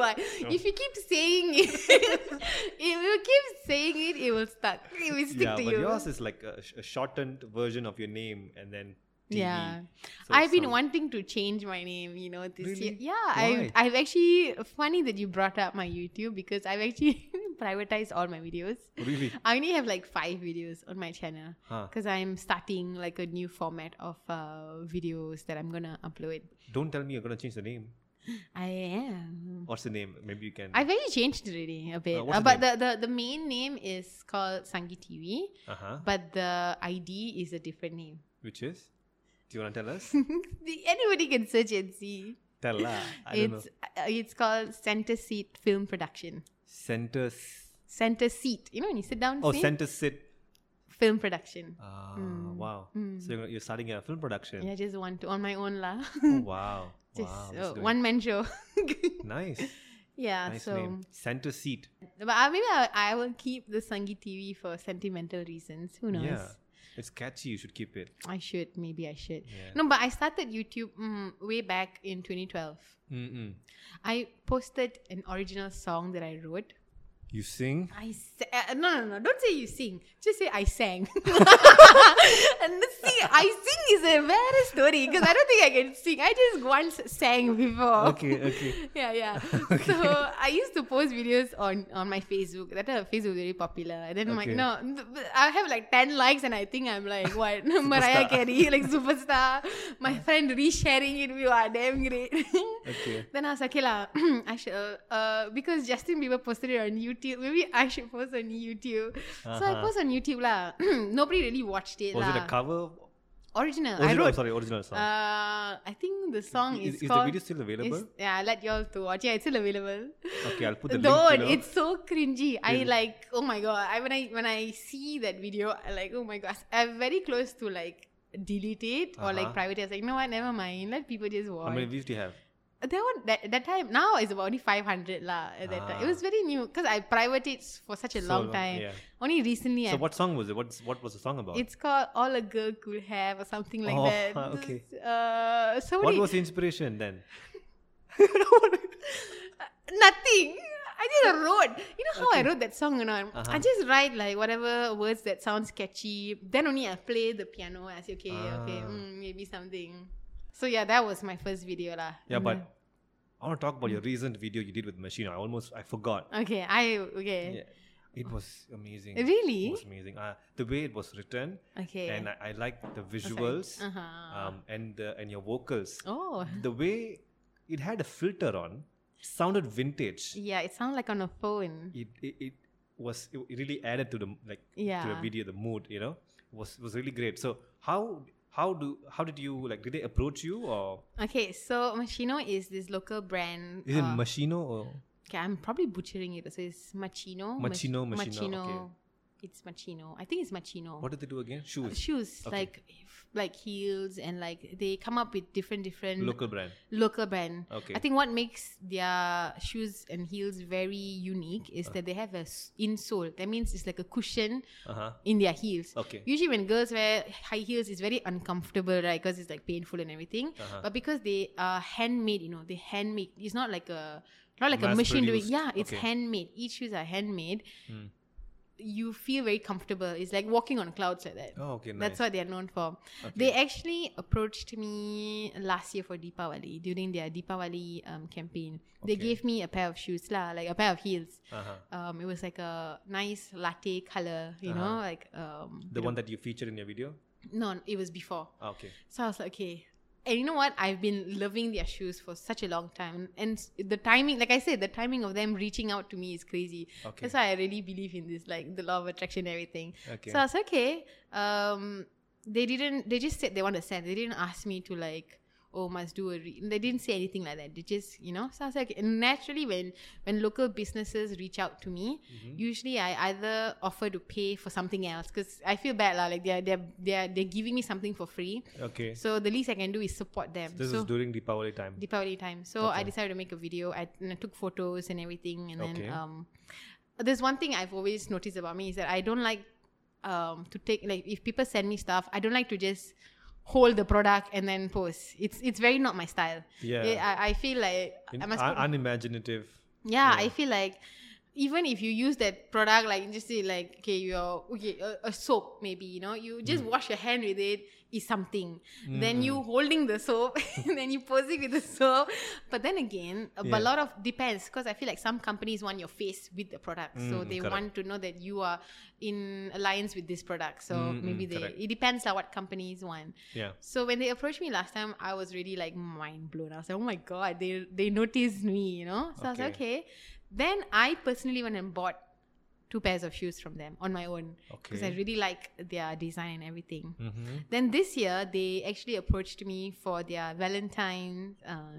why? If you keep saying it, if you keep saying it, it will stuck. It will stick
yeah,
to
but
you.
yours is like a, sh- a shortened version of your name and then TV.
Yeah.
So
I've been
some-
wanting to change my name, you know, this
Really?
year. Yeah, I,
Why?
I've actually funny that you brought up my YouTube because I've actually privatized all my videos.
Really?
I only have like five videos on my channel
Huh.
because I'm starting like a new format of uh, videos that I'm gonna upload.
Don't tell me you're going to change the name.
I am.
What's the name? Maybe you can.
I've already changed already a bit.
Uh, what's
Uh,
the
but the, the, the main name is called Sangi TV,
Uh-huh.
but the ID is a different name.
Which is? Do you want to tell us?
The- Anybody can search and see.
tell her. I don't know.
It's uh, it's called Center Seat Film Production.
Center. s-
Center Seat. You know when you sit down,
Oh,
sit?
center sit.
film production.
Ah,
Mm.
wow.
Mm.
So you're, you're starting a film production.
Yeah, just one to on my own lah.
Oh, wow.
just
wow.
uh,
that's doing-
one man show.
Nice.
yeah,
nice
so
name. Center seat.
but I, maybe I, I will keep the Sangi TV for sentimental reasons. Who knows?
Yeah. It's catchy. You should keep it.
I should. Maybe I should.
Yeah.
No, but I started YouTube mm, way back in 2012.
Mm-mm.
I posted an original song that I wrote.
You sing?
I sa- uh, no no no don't say you sing just say I sang and the sing I sing is a very story because I don't think I can sing I just once sang before
Okay, okay.
yeah yeah so I used to post videos on on my Facebook that time Facebook was very popular and then like
Okay.
no th- th- I have like 10 likes and I think I'm like what Mariah Carey like superstar my friend resharing it we are damn great
Okay.
Then I was like, okay lah, I should, uh, because Justin Bieber posted it on YouTube, maybe I should post on YouTube. So I
Uh-huh.
post on YouTube lah. Nobody really watched it
Was
lah.
it a cover?
Original. I
Original,
wrote.
sorry, original song.
Uh, I think the song
is
is,
is the
called.
video still available?
is- yeah, I let y'all to watch. Yeah, it's still available.
Okay, I'll put the link
Don't.
below.
It's so cringy. I
Really?
like. Oh my god. I when I when I see that video, I like. Oh my gosh. I'm very close to like delete it or like
Uh-huh.
private. I was like, you know what? Never mind. Let people just watch.
How many views do you have?
There were that, that time now it's about only 500 lah at that time it
Ah.
was very new because i private it for such a
So
long
long,
time
yeah.
only recently
So
I,
what song was it? What's, what was the song about?
it's called all a girl could have or something like
Oh,
that
okay.
uh,
what
somebody
was the inspiration then?
nothing i just wrote you know how i wrote that song you know i
Uh-huh.
just write like whatever words that sound sketchy then only i play the piano i say okay okay
Ah.
mm, maybe something so yeah that was my first video lah
Yeah,
And
but I want to talk about
Mm.
your recent video you did with Machine. I almost I forgot.
then- Mm-hmm. okay i okay
Yeah. It was amazing.
Really?
It was amazing. Uh, the way it was written,
okay
and I, I like the
Sorry.
visuals
Uh-huh.
um, and the, and your vocals.
oh,
The way it had a filter on sounded vintage.
yeah. It sounds like on a phone.
It it, it was it really added to the like to the
Yeah.
video the mood. You know, it was it was really great. So how how do how did you like? Did they approach you or
Okay, so Machino is this local brand.
is it
uh,
Machino or
okay, I'm probably butchering it. So it's Machino. Mach-
Machino, Machino, okay.
It's Machino. I think it's Machino.
what did they do again? Shoes.
Shoes
Okay.
like f- like heels and like they come up with different different
Local brand.
local brand.
Okay.
I think what makes their shoes and heels very unique is that they have a s- insole. That means it's like a cushion
Uh huh.
in their heels.
Okay.
Usually, when girls wear high heels, it's very uncomfortable, right? Because it's like painful and everything.
Uh-huh.
But because they are handmade, you know, they handmade. It's not like a not like a
Mass
machine doing
produced.
yeah it's
Okay.
handmade each shoes are handmade
Mm.
you feel very comfortable it's like walking on clouds like that
Oh, okay, nice.
that's what they're known for
Okay.
they actually approached me last year for Deepawali during their Deepawali um, campaign. They
Okay.
gave me a pair of shoes, lah, like a pair of heels.
uh-huh.
Um, it was like a nice latte color, you know,
Uh-huh.
like um,
the one that you featured in your video.
no, it was before.
Ah, okay.
So I was like, okay. And you know what? I've been loving their shoes for such a long time, and s- the timing, like I said, the timing of them reaching out to me is crazy.
Okay.
That's why I really believe in this, like the law of attraction, and everything.
Okay.
So I was like, okay. Um, they didn't. They just said they want to send. They didn't ask me to like, oh, must do a. Re-. They didn't say anything like that. They just, you know. So I was like, and naturally, when when local businesses reach out to me,
Mm-hmm.
usually I either offer to pay for something else because I feel bad lah. Like they're they're they're they're giving me something for free.
okay.
So the least I can do is support them.
this
so
is during Deepavali time.
Deepavali time. So I
Okay.
decided to make a video. I, and I took photos and everything. And
Okay.
then um, there's one thing I've always noticed about me is that I don't like um, to take like if people send me stuff, I don't like to just hold the product and then post. It's it's very not my style.
Yeah.
I, I feel like
In-
I must.
un-
put-
unimaginative.
yeah,
Yeah.
I feel like even if you use that product, like just say like okay, your okay a, a soap maybe you know you just
Mm.
wash your hand with it is something. Then you
Mm-hmm.
holding the soap, and then you posing with the soap. But then again, a,
Yeah.
a lot of depends because I feel like some companies want your face with the product, so
Mm,
they
correct.
want to know that you are in alliance with this product. So
Mm, mm,
maybe they
correct.
it depends on what companies want.
Yeah.
So when they approached me last time, I was really like mind blown. I was like, oh my god, they they noticed me, you know. So I was like,
Okay.
okay. Then I personally went and bought two pairs of shoes from them on my own because
Okay.
I really like their design and everything.
Mm-hmm.
Then this year, they actually approached me for their Valentine's uh,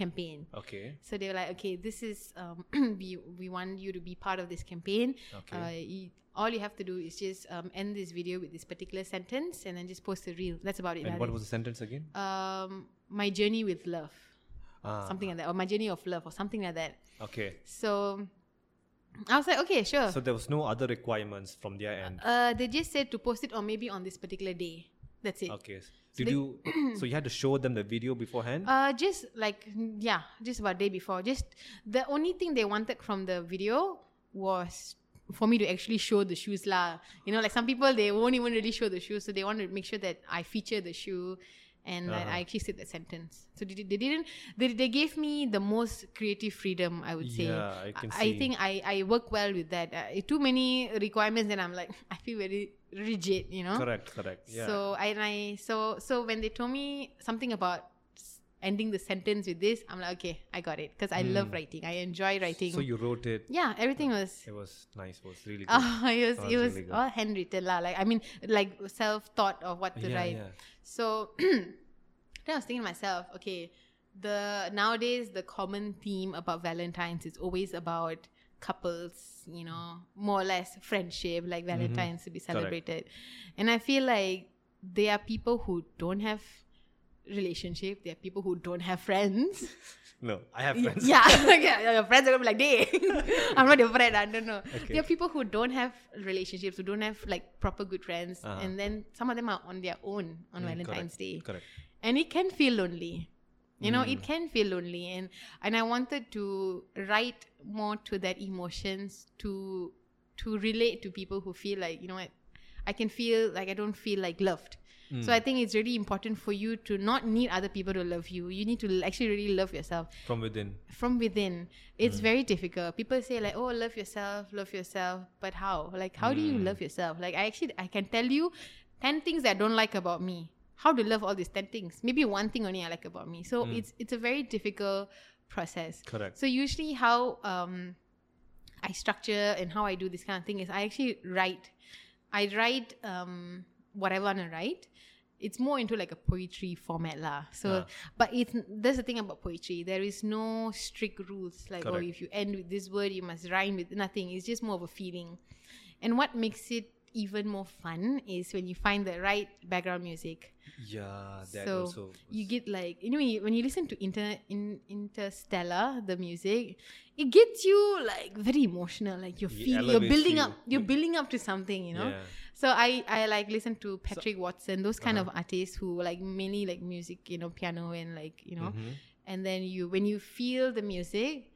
campaign.
Okay.
So they were like, okay, this is um, we we want you to be part of this campaign.
Okay.
Uh, you, all you have to do is just um, end this video with this particular sentence and then just post a reel. That's about it.
and
That's
what
it
was the sentence again?
um, my journey with love,
Ah,
something like that, or my journey of love, or something like that.
Okay.
So I was like, okay, sure.
So there was no other requirements from their end.
uh, they just said to post it or maybe on this particular day. That's it.
Okay. Did
they-
you? so you had to show them the video beforehand.
Uh, just like yeah, just about day before. Just the only thing they wanted from the video was for me to actually show the shoes lah. You know, like some people they won't even really show the shoes, so they want to make sure that I feature the shoe. And that
Uh-huh.
I actually said that sentence. So they, they didn't. They, they gave me the most creative freedom. I would say.
Yeah, I can
I
see.
think I, I work well with that. Uh, too many requirements, then I'm like I feel very rigid. You know.
correct. Correct. Yeah.
uh, So I, and I so so when they told me something about s- ending the sentence with this, I'm like, okay, I got it because I love writing. I enjoy writing.
Hmm. So you wrote it.
yeah, everything was.
It was nice. It was really good.
Oh, it was,
That
it
was
was
really good.
all handwritten lah. Like I mean, like self thought of what to
yeah,
write.
yeah.
So then I was thinking to myself, okay, the nowadays the common theme about Valentine's is always about couples, you know, more or less friendship, like
Mm-hmm.
Valentine's to be celebrated. And I feel like there are people who don't have relationship, there are people who don't have friends.
No, I have friends.
Yeah, yeah, your friends are gonna be like, "Hey, I'm not your friend." I don't know.
Okay.
There are people who don't have relationships, who don't have like proper good friends,
Uh-huh.
and then some of them are on their own on
Mm,
Valentine's Day,
Correct.
and it can feel lonely. You know, it can feel lonely, and and I wanted to write more to that emotions to to relate to people who feel like you know what. I can feel like I don't feel like loved. So I think it's really important for you to not need other people to love you. You need to actually really love yourself
From within.
from within it's very difficult people say like oh love yourself love yourself but how like how do you love yourself like i actually i can tell you 10 things that i don't like about me how to love all these 10 things maybe one thing only i like about me so it's it's a very difficult process
Correct.
so usually how um i structure and how i do this kind of thing is i actually write i write um whatever i want to write it's more into like a poetry format lah. So,
Ah.
but it's that's the thing about poetry. There is no strict rules like oh,
Correct.
if you end with this word, you must rhyme with nothing. It's just more of a feeling. And what makes it even more fun is when you find the right background music.
Yeah, that
so
also.
you get like you know when you, when you listen to inter in, Interstellar the music, it gets you like very emotional. Like you're
It
feeling, you're
elevates
building
you. Mm.
up, you're building up to something. You know.
Yeah.
So I I like listen to Patrick Watson, those kind
Uh-huh.
of artists who like mainly like
Mm-hmm.
music, you know, piano and like you know, and then you when you feel the music,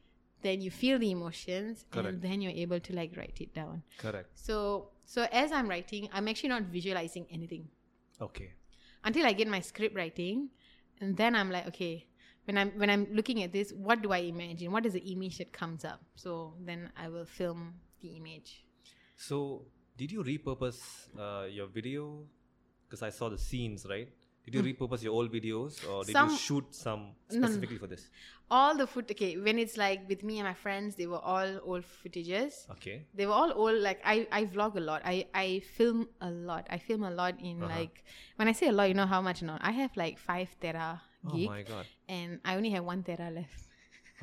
then you feel the emotions
Correct.
and then you're able to like write it down
Correct.
so so as i'm writing i'm actually not visualizing anything
Okay.
until i get my script writing and then i'm like okay when i'm when i'm looking at this what do i imagine what is the image that comes up so then i will film the image
So, did you repurpose uh, your video? Because I saw the scenes, right? Did you repurpose your old videos, or did
Mm. Some-
you shoot some
No, no.
specifically for this?
all the foot okay when it's like with me and my friends they were all old footages
Okay.
they were all old like i i vlog a lot i i film a lot i film a lot in
Uh-huh.
like when i say a lot you know how much not i have like five tera
Oh
gig
my god.
and i only have one tera left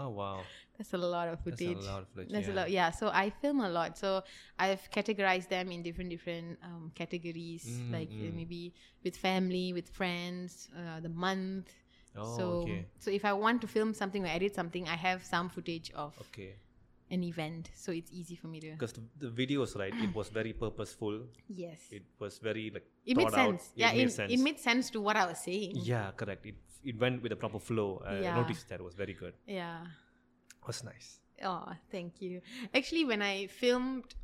Oh wow.
that's a lot of
That's
footage
a lot of footage.
That's
yeah.
a lot. Yeah. So I film a lot. So I've categorized them in different different um, categories,
Mm,
like uh,
mm.
maybe with family, with friends, uh, the month.
Oh
so
okay.
so if I want to film something or edit something, I have some footage of
Okay.
an event, so it's easy for me to.
Because the, the videos, right? It was very purposeful.
Yes.
It was very like
It made
thought out.
sense. Yeah,
it made
it,
sense.
it made sense to what I was saying.
yeah, correct. It it went with a proper flow. I
Yeah.
noticed that was very good.
Yeah.
was nice.
Oh, thank you. Actually, when I filmed,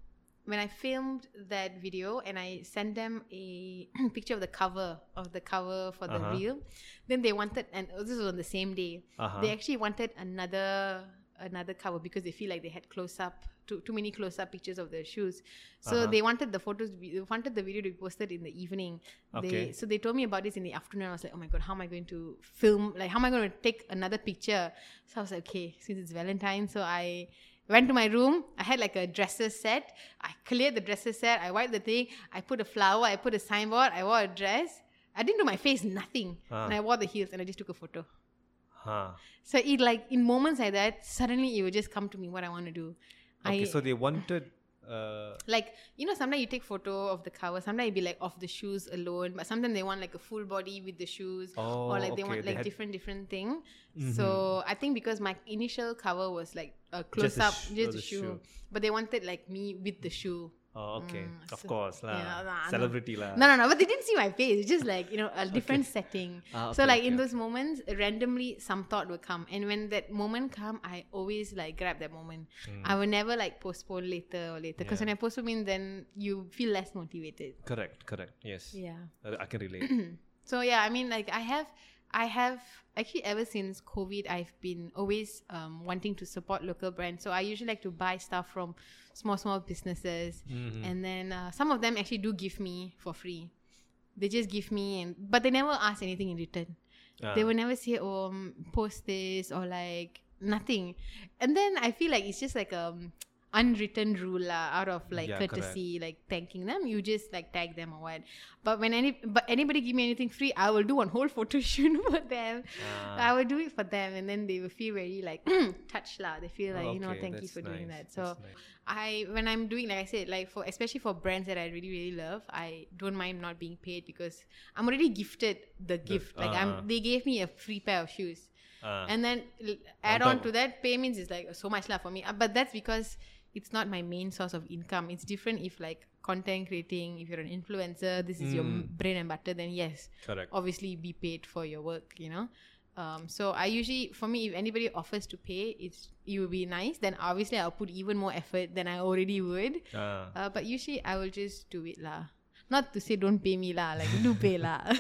when I filmed that video and I sent them a picture of the cover of the cover for the
Uh-huh.
reel, then they wanted, and this was on the same day.
Uh huh.
They actually wanted another another cover because they feel like they had close up too, too many close up pictures of their shoes. So
Uh-huh.
they wanted the photos, to be, they wanted the video to be posted in the evening. They,
Okay.
so they told me about this in the afternoon. I was like, oh my god, how am I going to film? Like, how am I going to take another picture? So I was like, okay, since it's Valentine, so I went to my room. I had like a dresser set. I cleared the dresser set. I wiped the thing. I put a flower. I put a signboard. I wore a dress. I didn't do my face, nothing.
Ah.
And I wore the heels, and I just took a photo.
Huh.
So it like in moments like that, suddenly it would just come to me what I want to do.
Okay.
I,
so they wanted. Uh,
like you know, sometimes you take photo of the cover. Sometimes it'd be like of the shoes alone, but sometimes they want like a full body with the shoes,
oh,
or like
okay.
they want like
had
different different thing.
Mhm.
So I think because my initial cover was like a close
the
up,
sh-
just
of
the
the
shoe,
shoe.
but they wanted like me with the shoe.
Oh, okay.
Mm,
of
so-
course, lah.
yeah, nah, no.
Celebrity, lah.
No, no, no. But they didn't see my face. It's just like you know a different setting.
Ah,
so
okay,
like
okay,
in
okay.
those moments, randomly some thought will come, and when that moment come, I always like grab that moment.
Hmm.
I will never like postpone later or later because
Yeah.
when I postpone, then you feel less motivated.
Correct, correct. Yes,
Yeah.
Uh, I can relate.
So yeah, I mean, like I have, I have actually ever since COVID, I've been always um, wanting to support local brands. So I usually like to buy stuff from small small businesses,
Mhm.
and then uh, some of them actually do give me for free. They just give me, and but they never ask anything in return.
Ah,
They will never say, "Oh, um, post this" or like nothing. And then I feel like it's just like um unwritten rule lah, out of like
Yeah,
courtesy, like thanking them. You just like tag them or what. But when any but anybody give me anything free, I will do one whole photo shoot for them.
ah,
I will do it for them, and then they will feel very like touched lah. They feel like
oh,
you know,
okay,
thank you
that's
for doing that.
nice,
So
that's nice.
I when I'm doing like I said, like for especially for brands that I really really love, I don't mind not being paid because I'm already gifted the gift. like
uh-uh.
I'm they gave me a free pair of shoes,
Ah,
and then l- add
On
on
top.
to that payments is like so much love for me. Uh, But that's because it's not my main source of income. It's different if like content creating, if you're an influencer, this is your
Mm.
m- bread and butter. Then yes,
correct.
obviously be paid for your work. You know. Um, so I usually, for me, if anybody offers to pay, it's it will be nice. Then obviously I'll put even more effort than I already would.
Ah,
Uh, but usually I will just do it lah. Not to say don't pay me lah, like do pay lah.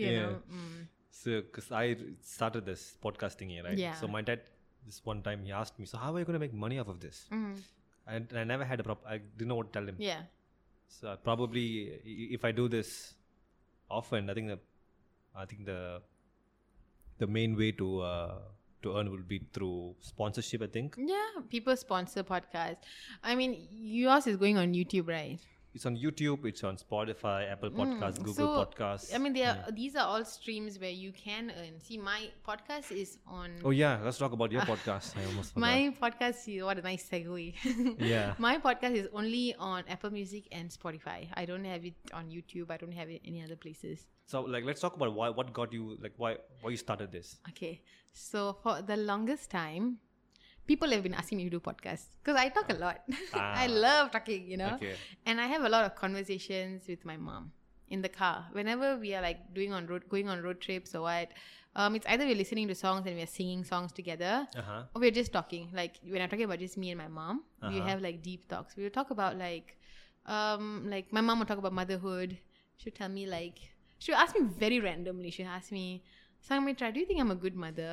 you
Yeah.
know. Mm.
so, because I r- started this podcasting here, right?
Yeah.
So my dad, this one time, he asked me, "So how are you going to make money off of this?"
Mm.
And I never had a prop. I didn't know what to tell him.
Yeah.
So I probably, i- if I do this often, I think the, I think the, the main way to uh, to earn will be through sponsorship. I think
Yeah. People sponsor podcasts. I mean, yours is going on YouTube, right?
it's on YouTube, it's on Spotify, Apple Podcasts, Google
Mm, so,
Podcasts.
I mean, they are, these are all streams where you can earn. See, my podcast is on.
oh yeah, let's talk about your podcast. I almost forgot.
my podcast is what a nice segue.
yeah.
My podcast is only on Apple Music and Spotify. I don't have it on YouTube. I don't have it any other places.
So like, let's talk about why what got you like why why you started this.
Okay. So for the longest time, people have been asking me to do podcasts because I talk a lot. I
Ah.
love talking, you know.
Okay.
And I have a lot of conversations with my mom in the car. Whenever we are like doing on road going on road trips or what, Um, it's either we're listening to songs and we're singing songs together,
Uh huh.
or we're just talking. Like when I'm talking about just me and my mom, we
Uh-huh.
have like deep talks. We'll talk about like, um, like my mom will talk about motherhood. She'll tell me like, she'll ask me very randomly. She'll ask me, Sangmitra, do you think I'm a good mother?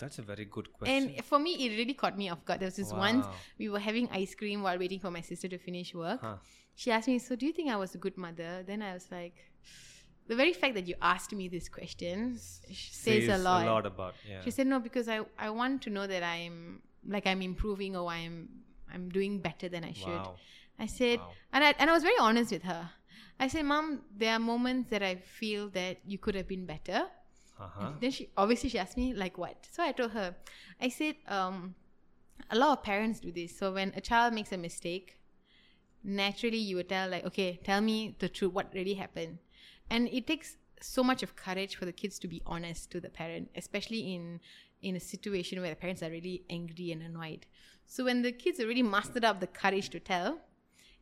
That's a very good question.
And for me, it really caught me off guard. There was this once
Wow.
we were having ice cream while waiting for my sister to finish work.
Huh.
She asked me, "So do you think I was a good mother?" Then I was like, "The very fact that you asked me this question sh- says, a lot."
about yeah.
She said, "No, because I I want to know that I'm like I'm improving or I'm I'm doing better than I should."
wow.
I said,
Wow.
and I and I was very honest with her. I said, "Mom, there are moments that I feel that you could have been better."
Uh huh.
Then she obviously she asked me like what. So I told her, I said, um, a lot of parents do this. So when a child makes a mistake, naturally you would tell like, okay, tell me the truth, what really happened, and it takes so much of courage for the kids to be honest to the parent, especially in in a situation where the parents are really angry and annoyed. So when the kids already mastered up the courage to tell,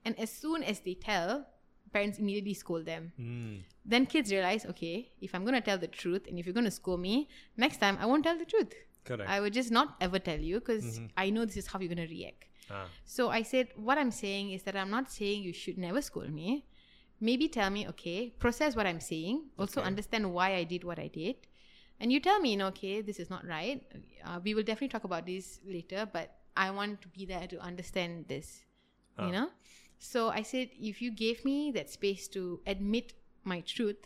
and as soon as they tell, parents immediately scold them
Mm.
then kids realize okay if i'm going to tell the truth and if you're going to score me next time i won't tell the truth
Correct.
i will just not ever tell you because
Mm-hmm.
i know this is how you're going to react
Ah,
so i said what i'm saying is that i'm not saying you should never scold me maybe tell me okay process what i'm saying also
Okay.
understand why i did what i did and you tell me you know okay this is not right uh, we will definitely talk about this later but i want to be there to understand this
Ah.
you know so i said if you gave me that space to admit my truth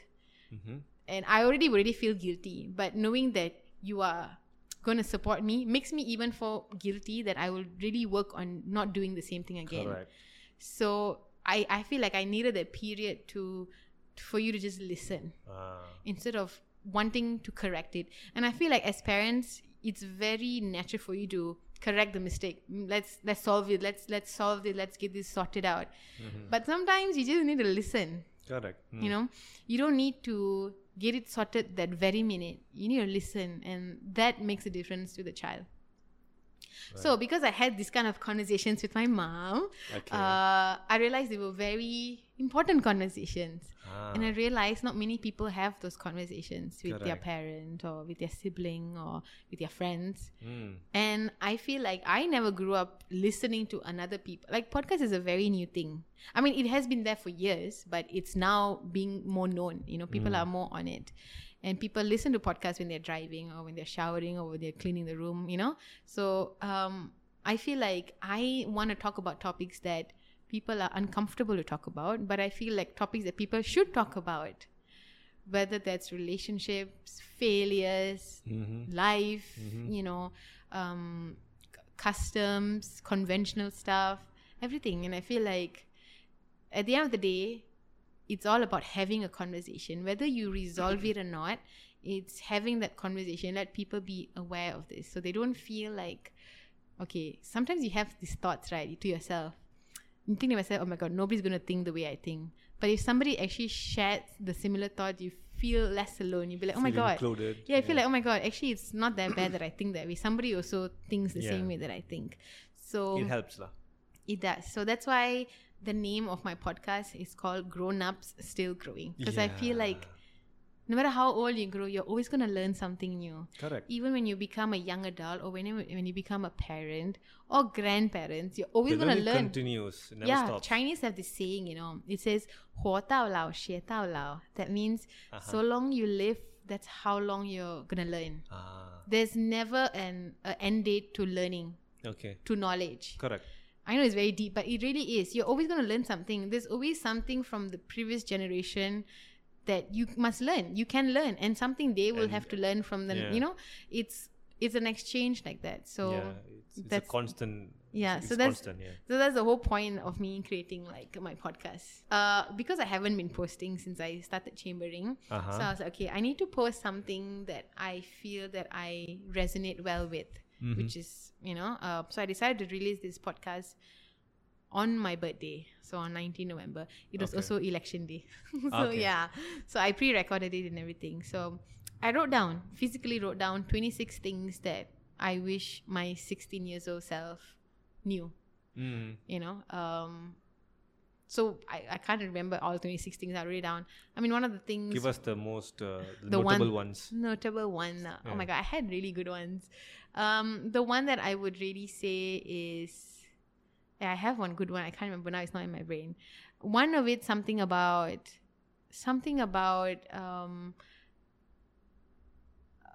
mhm.
and I already already feel guilty. But knowing that you are gonna support me makes me even feel guilty that I will really work on not doing the same thing again.
Correct.
So I, I feel like I needed a period to for you to just listen
Ah.
instead of wanting to correct it. And I feel like as parents, it's very natural for you to correct the mistake. Mm, Let's let's solve it. Let's let's solve it. Let's get this sorted out.
Mm.
But sometimes you just need to listen
Mm-hmm. Correct. Mm.
you know you don't need to get it sorted that very minute you need to listen and that makes a difference to the child so because i had these kind of conversations with my mom
Okay.
uh, i realized they were very important conversations
ah.
and i realized not many people have those conversations with their
Correct.
parent or with their sibling or with their friends
Mm.
and i feel like i never grew up listening to another people like podcast is a very new thing i mean it has been there for years but it's now being more known you know people are more on it and people listen to podcasts when they're driving or when they're showering or when they're cleaning the room you know so um i feel like i want to talk about topics that people are uncomfortable to talk about but i feel like topics that people should talk about whether that's relationships failures
Mm-hmm.
life, you know, um, c- customs, conventional stuff, everything. And I feel like at the end of the day, it's all about having a conversation. Whether you resolve it or not, it's having that conversation. Let people be aware of this so they don't feel like, okay, sometimes you have these thoughts, right, to yourself. You think to myself, oh my God, nobody's going to think the way I think. But if somebody actually shares the similar thought, you feel less alone. You'd be like, oh my
Feel
God.
Included.
Yeah, I feel like, oh my God, actually, it's not that bad that I think that way. Somebody also thinks the
Yeah.
same way that I think. So
it
it,
helps lah.
does. So that's why the name of my podcast is called Grown Ups Still Growing. Because I feel
Yeah.
like no matter how old you grow, you're always going to learn something new.
Correct.
Even when you become a young adult or when you, when you become a parent or grandparents, you're always
The
going to
learning
learn.
continues. It never
Yeah,
stops.
Chinese have this saying, you know, it says, "Huo tao lao, xie tao lao." That means
Uh-huh.
so long you live, that's how long you're going to learn
ah.
there's never an a end date to learning
Okay.
to knowledge
Correct.
i know it's very deep but it really is you're always going to learn something there's always something from the previous generation that you must learn you can learn and something they will
And-
have to learn from the
yeah.
you know it's it's an exchange like that so
yeah. It's, it's a
that's-
constant.
yeah,
It's
so that's-
constant. Yeah.
so that's the whole point of me creating like my podcast uh because i haven't been posting since i started chambering
Uh huh.
so I was like, okay, I need to post something that I feel that I resonate well with,
Mm-hmm.
which is, you know, uh, so I decided to release this podcast on my birthday. So on 19 November. It was
Okay.
also election day. so
Okay.
yeah. So I pre recorded it and everything. So I wrote down, physically wrote down 26 things that I wish my 16 years old self knew
mm.
you know um So I, I can't remember all 26 things I wrote down. I mean, one of the things
Give us the most uh,
The
notable
one-
ones.
notable one. uh,
Yeah.
Oh my god, I had really good ones. Um, the one that I would really say is, yeah, I have one good one. I can't remember now; it's not in my brain. One of it, something about, something about, um,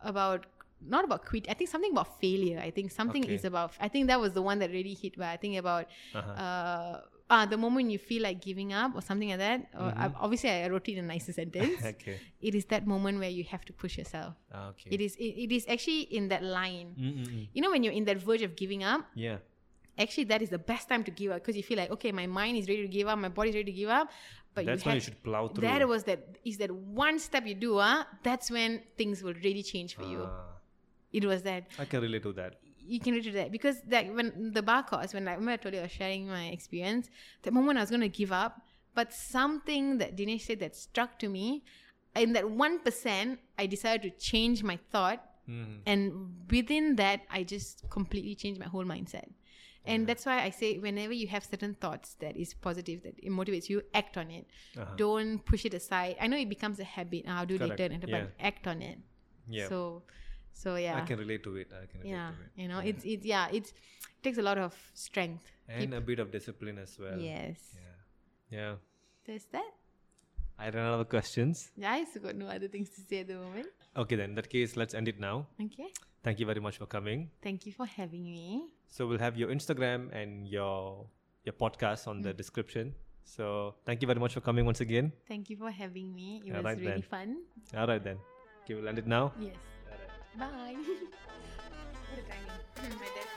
about not about quit. I think something about failure. I think something
Okay.
is about. I think that was the one that really hit. Where I think about
Uh-huh.
uh, ah, the moment you feel like giving up or something like that. Or I,
Mhm.
obviously, I wrote it in a nicer sentence.
okay.
it is that moment where you have to push yourself.
Ah, okay.
It is it, it is actually in that line.
Mm-mm-mm.
You know when you're in that verge of giving up,
Yeah.
actually that is the best time to give up because you feel like okay, my mind is ready to give up, my body's ready to give up, but
That's
you
when
have,
you should plow through.
that was that is that one step you do, ah, that's when things will really change for you.
Ah,
It was that
I can relate to that.
you can relate to that because that when the bar course, when I remember I told you I was sharing my experience, that moment I was gonna give up, but something that Dinesh said that struck to me, in that one percent, I decided to change my thought,
Mm.
and within that, I just completely changed my whole mindset. And that's why I say whenever you have certain thoughts that is positive, that it motivates you, act on it.
Uh-huh.
Don't push it aside. I know it becomes a habit. I'll do
Correct.
later, and
Yeah.
but act on it.
Yeah.
So, so yeah
I can relate to it. I can relate
yeah
to it.
you know it's it's yeah it's it takes a lot of strength
And
Keep-
a bit of discipline as well.
yes
Yeah. Yeah.
there's that
I ran out of questions.
yeah i still got no other things to say at the moment
Okay, then. In that case, let's end it now.
okay
Thank you very much for coming.
thank you for having me
So we'll have your Instagram and your your podcast on
Mm.
the description. So thank you very much for coming once again.
thank you for having me it
Yeah,
was
right
really
then.
fun
All right
Mm.
then. Okay, we'll end it now.
yes bye what a timing my dad